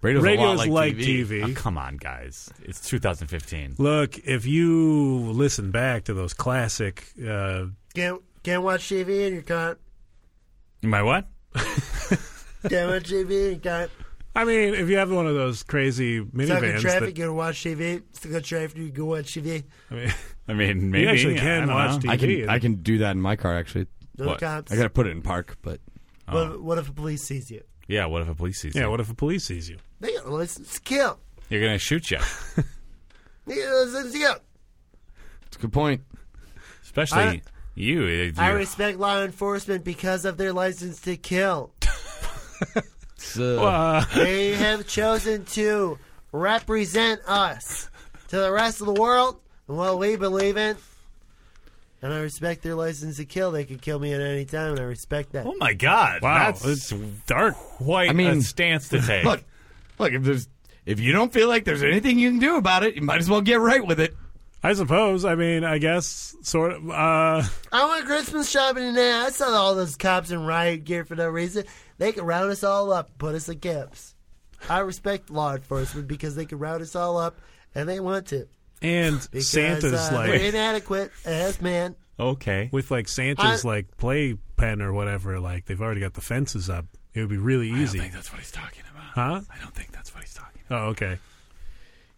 F: Radio's, a lot
D: radio's
F: like,
D: like
F: TV.
D: TV.
F: Oh, come on, guys. It's 2015.
D: Look, if you listen back to those classic, uh,
E: Can't can't watch TV and you can't.
F: My what?
E: Can't watch TV and you
D: <laughs>
E: can't.
D: I mean, if you have one of those crazy
E: Stuck in
D: minivans,
E: traffic,
D: that,
E: you can watch TV. Stuck in traffic, you can watch TV.
D: I mean,
F: I mean, maybe
D: actually
F: I
D: can
F: don't
D: watch
F: know.
D: TV.
H: I can do that in my car, actually.
E: No
F: What?
E: cops.
H: I got to put it in park, but
E: What, what if the police sees you?
F: Yeah, what if a police sees
D: Yeah,
F: you?
D: what if the police sees you?
E: They got a license to kill.
F: You're going to shoot
D: <laughs>
F: you.
E: They got a license to kill.
H: It's a good point.
F: Especially
D: I-
F: you. you-
E: I respect law enforcement because of their license to kill.
H: It's, uh,
E: they have chosen to represent us to the rest of the world and what we believe in. And I respect their license to kill. They could kill me at any time, and I respect that.
F: oh, my God.
D: Wow,
F: That's dark. Quite
H: I mean-
F: a stance to take.
H: look, look. If there's if you don't feel like there's anything you can do about it, you might as well get right with it.
D: I suppose. I mean, I guess sort of. Uh,
E: I went Christmas shopping today. I saw all those cops in riot gear for no reason. They could round us all up, put us in camps. I respect law enforcement because they could round us all up, and they want to.
D: and
E: Because,
D: Santa's
E: uh,
D: like
E: they're inadequate as man.
F: okay.
D: with like Santa's
E: I-
D: like play pen or whatever. Like they've already got the fences up. It would be really
F: I don't
D: easy,
F: think that's what he's talking about.
D: huh?
F: I don't think that's what he's talking about.
D: Oh, okay.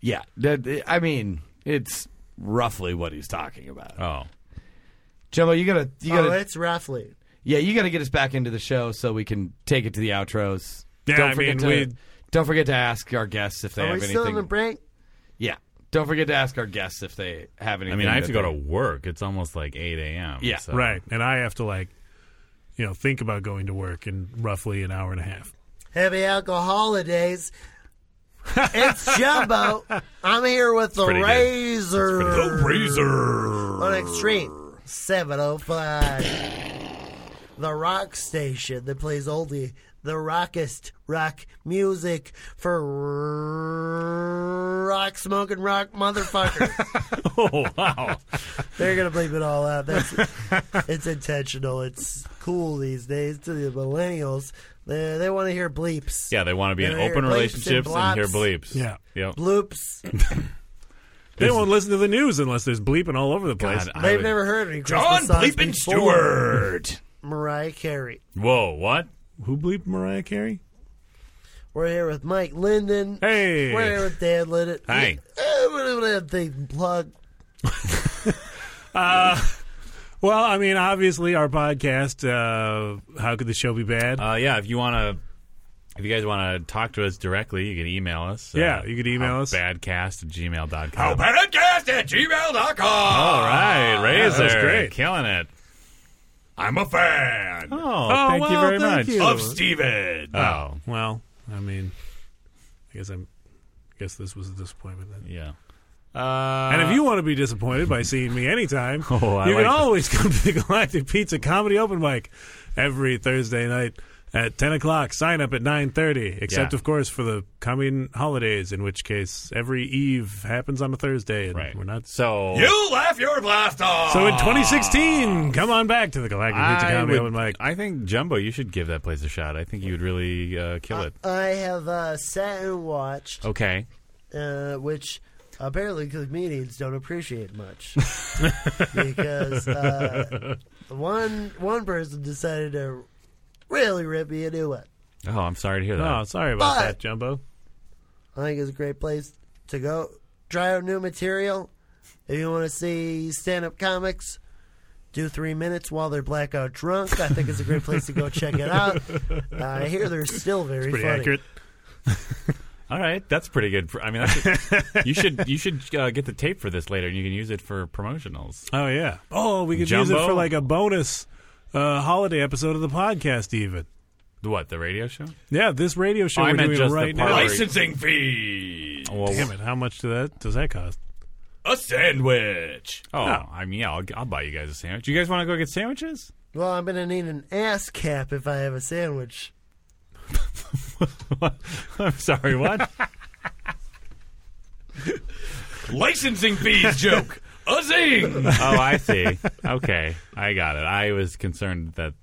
H: Yeah, that, I mean, it's roughly what he's talking about.
F: Oh.
H: Jumbo, you gotta, you
E: Oh,
H: gotta,
E: it's roughly.
H: yeah, you gotta get us back into the show so we can take it to the outros.
D: Yeah,
H: don't
D: I
H: forget
D: mean,
H: to,
D: we-
H: don't forget to ask our guests if they
E: Are
H: have
E: we
H: anything.
E: still on the break?
H: yeah, don't forget to ask our guests if they have anything.
F: I mean, I have
H: that
F: to go to
H: they-
F: work. It's almost like 8 a.m.
H: Yeah,
F: so-
D: Right, and I have to like, you know, think about going to work in roughly an hour and a half.
E: Heavy alcoholidays.
H: <laughs>
E: It's Jumbo. I'm here with the
F: pretty good.
E: Razor.
F: The
E: on Extreme 705. the rock station that plays only the rockest rock music for rock smoking rock motherfuckers.
F: <laughs> Oh, wow.
E: They're going to bleep it all out. That's, it's intentional. It's cool these days to the millennials. They, they want to hear bleeps.
F: Yeah, they want to be in
E: They're
F: open
E: bleeps and
F: relationships and hear
E: blops.
F: bleeps.
D: Yeah.
F: Yep.
E: Bloops.
D: They won't listen to the news unless there's bleeping all over the place.
F: God, I
E: They've
F: would-
E: never heard any
G: John
E: Christmas songs
G: Bleepin'
E: before.
G: Stewart.
E: Mariah Carey.
F: Whoa, what?
D: Who bleeped Mariah Carey?
E: We're here with Mike Linden.
D: Hey.
E: We're here with Dan Linden.
F: Hi.
E: Eh, what do I have to plug?
D: Well, I mean, obviously our podcast. Uh, how could the show be bad?
F: Uh, yeah, if you want to, if you guys want to talk to us directly, you can email us.
D: Yeah, you can email us.
F: Badcast at gmail.com.
H: Oh.
G: Podcast at gmail.com.
F: All right, Razor.
D: was great.
F: Killing it.
G: I'm a fan
F: Oh, thank you
D: well,
F: very
D: thank
F: much.
D: you.
G: of Steven.
F: Oh,
D: Well, I mean, I guess I'm. I guess this was a disappointment. Then.
F: yeah. Uh,
D: And if you want to be disappointed by seeing me anytime,
F: <laughs> Oh, I
D: you
F: like
D: can
F: that.
D: always <laughs> come to the Galactic Pizza Comedy Open Mic every Thursday night at 10 o'clock. Sign up at 9.30, except,
F: Yeah.
D: of course, for the coming holidays, in which case every eve happens on a Thursday. And
F: right,
D: We're not...
F: so
G: You laugh your blast off.
D: So in 2016, come on back to the Galactic Pizza
F: I,
D: Comedy
F: would-
D: Open Mic.
F: I think Jumbo, you should give that place a shot. I think you would really uh, kill it.
E: I have uh, sat and watched,
F: Okay.
E: uh, which apparently comedians don't appreciate
D: <laughs>
E: much. because uh, one, one person decided to really rip me a new one.
F: Oh, I'm sorry to hear that.
D: Oh, sorry about
E: But-
D: that, Jumbo.
E: I think it's a great place to go. Try out new material. If you want to see stand up comics, do three minutes while they're blackout drunk. I think it's a great place to go check it out. I hear they're still very
D: Pretty
E: funny.
D: accurate.
F: All right, that's pretty good. for- I mean, <laughs> that's you should you should uh, get the tape for this later, and you can use it for promotionals.
D: Oh, yeah. Oh, we could use it
F: Jumbo?
D: for like a bonus uh, holiday episode of the podcast even.
F: The What the radio show?
D: Yeah, this radio show
F: Oh, I
D: we're
F: meant
D: doing
F: just the
D: right
F: part
D: now.
F: where
G: Licensing fee.
F: Well,
D: Damn it! How much do that does that cost?
G: A sandwich.
F: Oh, I mean, yeah, I'll, I'll buy you guys a sandwich. You guys want to go get sandwiches?
E: Well, I'm going to need an ass cap if I have a sandwich.
F: I'm <laughs> sorry, what?
G: Licensing fees joke. A zing.
F: oh, I see. Okay, I got it. I was concerned that.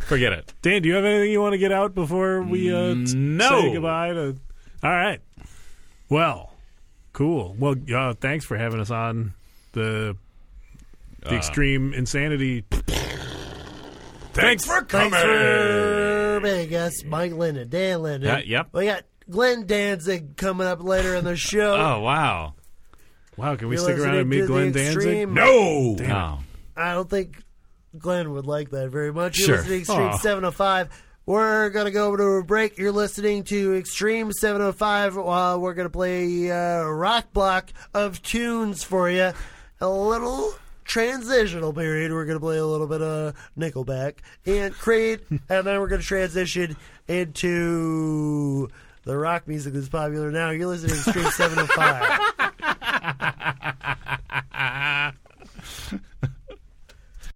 F: Forget it.
D: Dan, do you have anything you want to get out before we uh, t-
F: Mm, No.
D: say goodbye? To... All right. Well, cool. Well, uh, thanks for having us on the the
F: Uh.
D: extreme insanity.
G: Thanks for coming.
E: Big guess Mike Linden, Dan Linden.
F: Yeah, yep.
E: We got Glenn Danzig coming up later in the show.
F: Oh wow.
D: Wow, can we
E: You're
D: stick
E: listening
D: around and
E: to
D: meet
E: The
D: Glenn Danzig?
E: Extreme.
G: No.
F: Damn.
E: I don't think Glenn would like that very much. You're
F: Sure.
E: listening to Extreme
F: Aw.
E: 705. We're going to go over to a break. You're listening to Extreme 705. Uh, we're going to play uh, rock block of tunes for you. A little transitional period. We're going to play a little bit of Nickelback and
F: <laughs>
E: Creed, and then we're going to transition oh into the rock music that's popular now. You're listening to Extreme 705.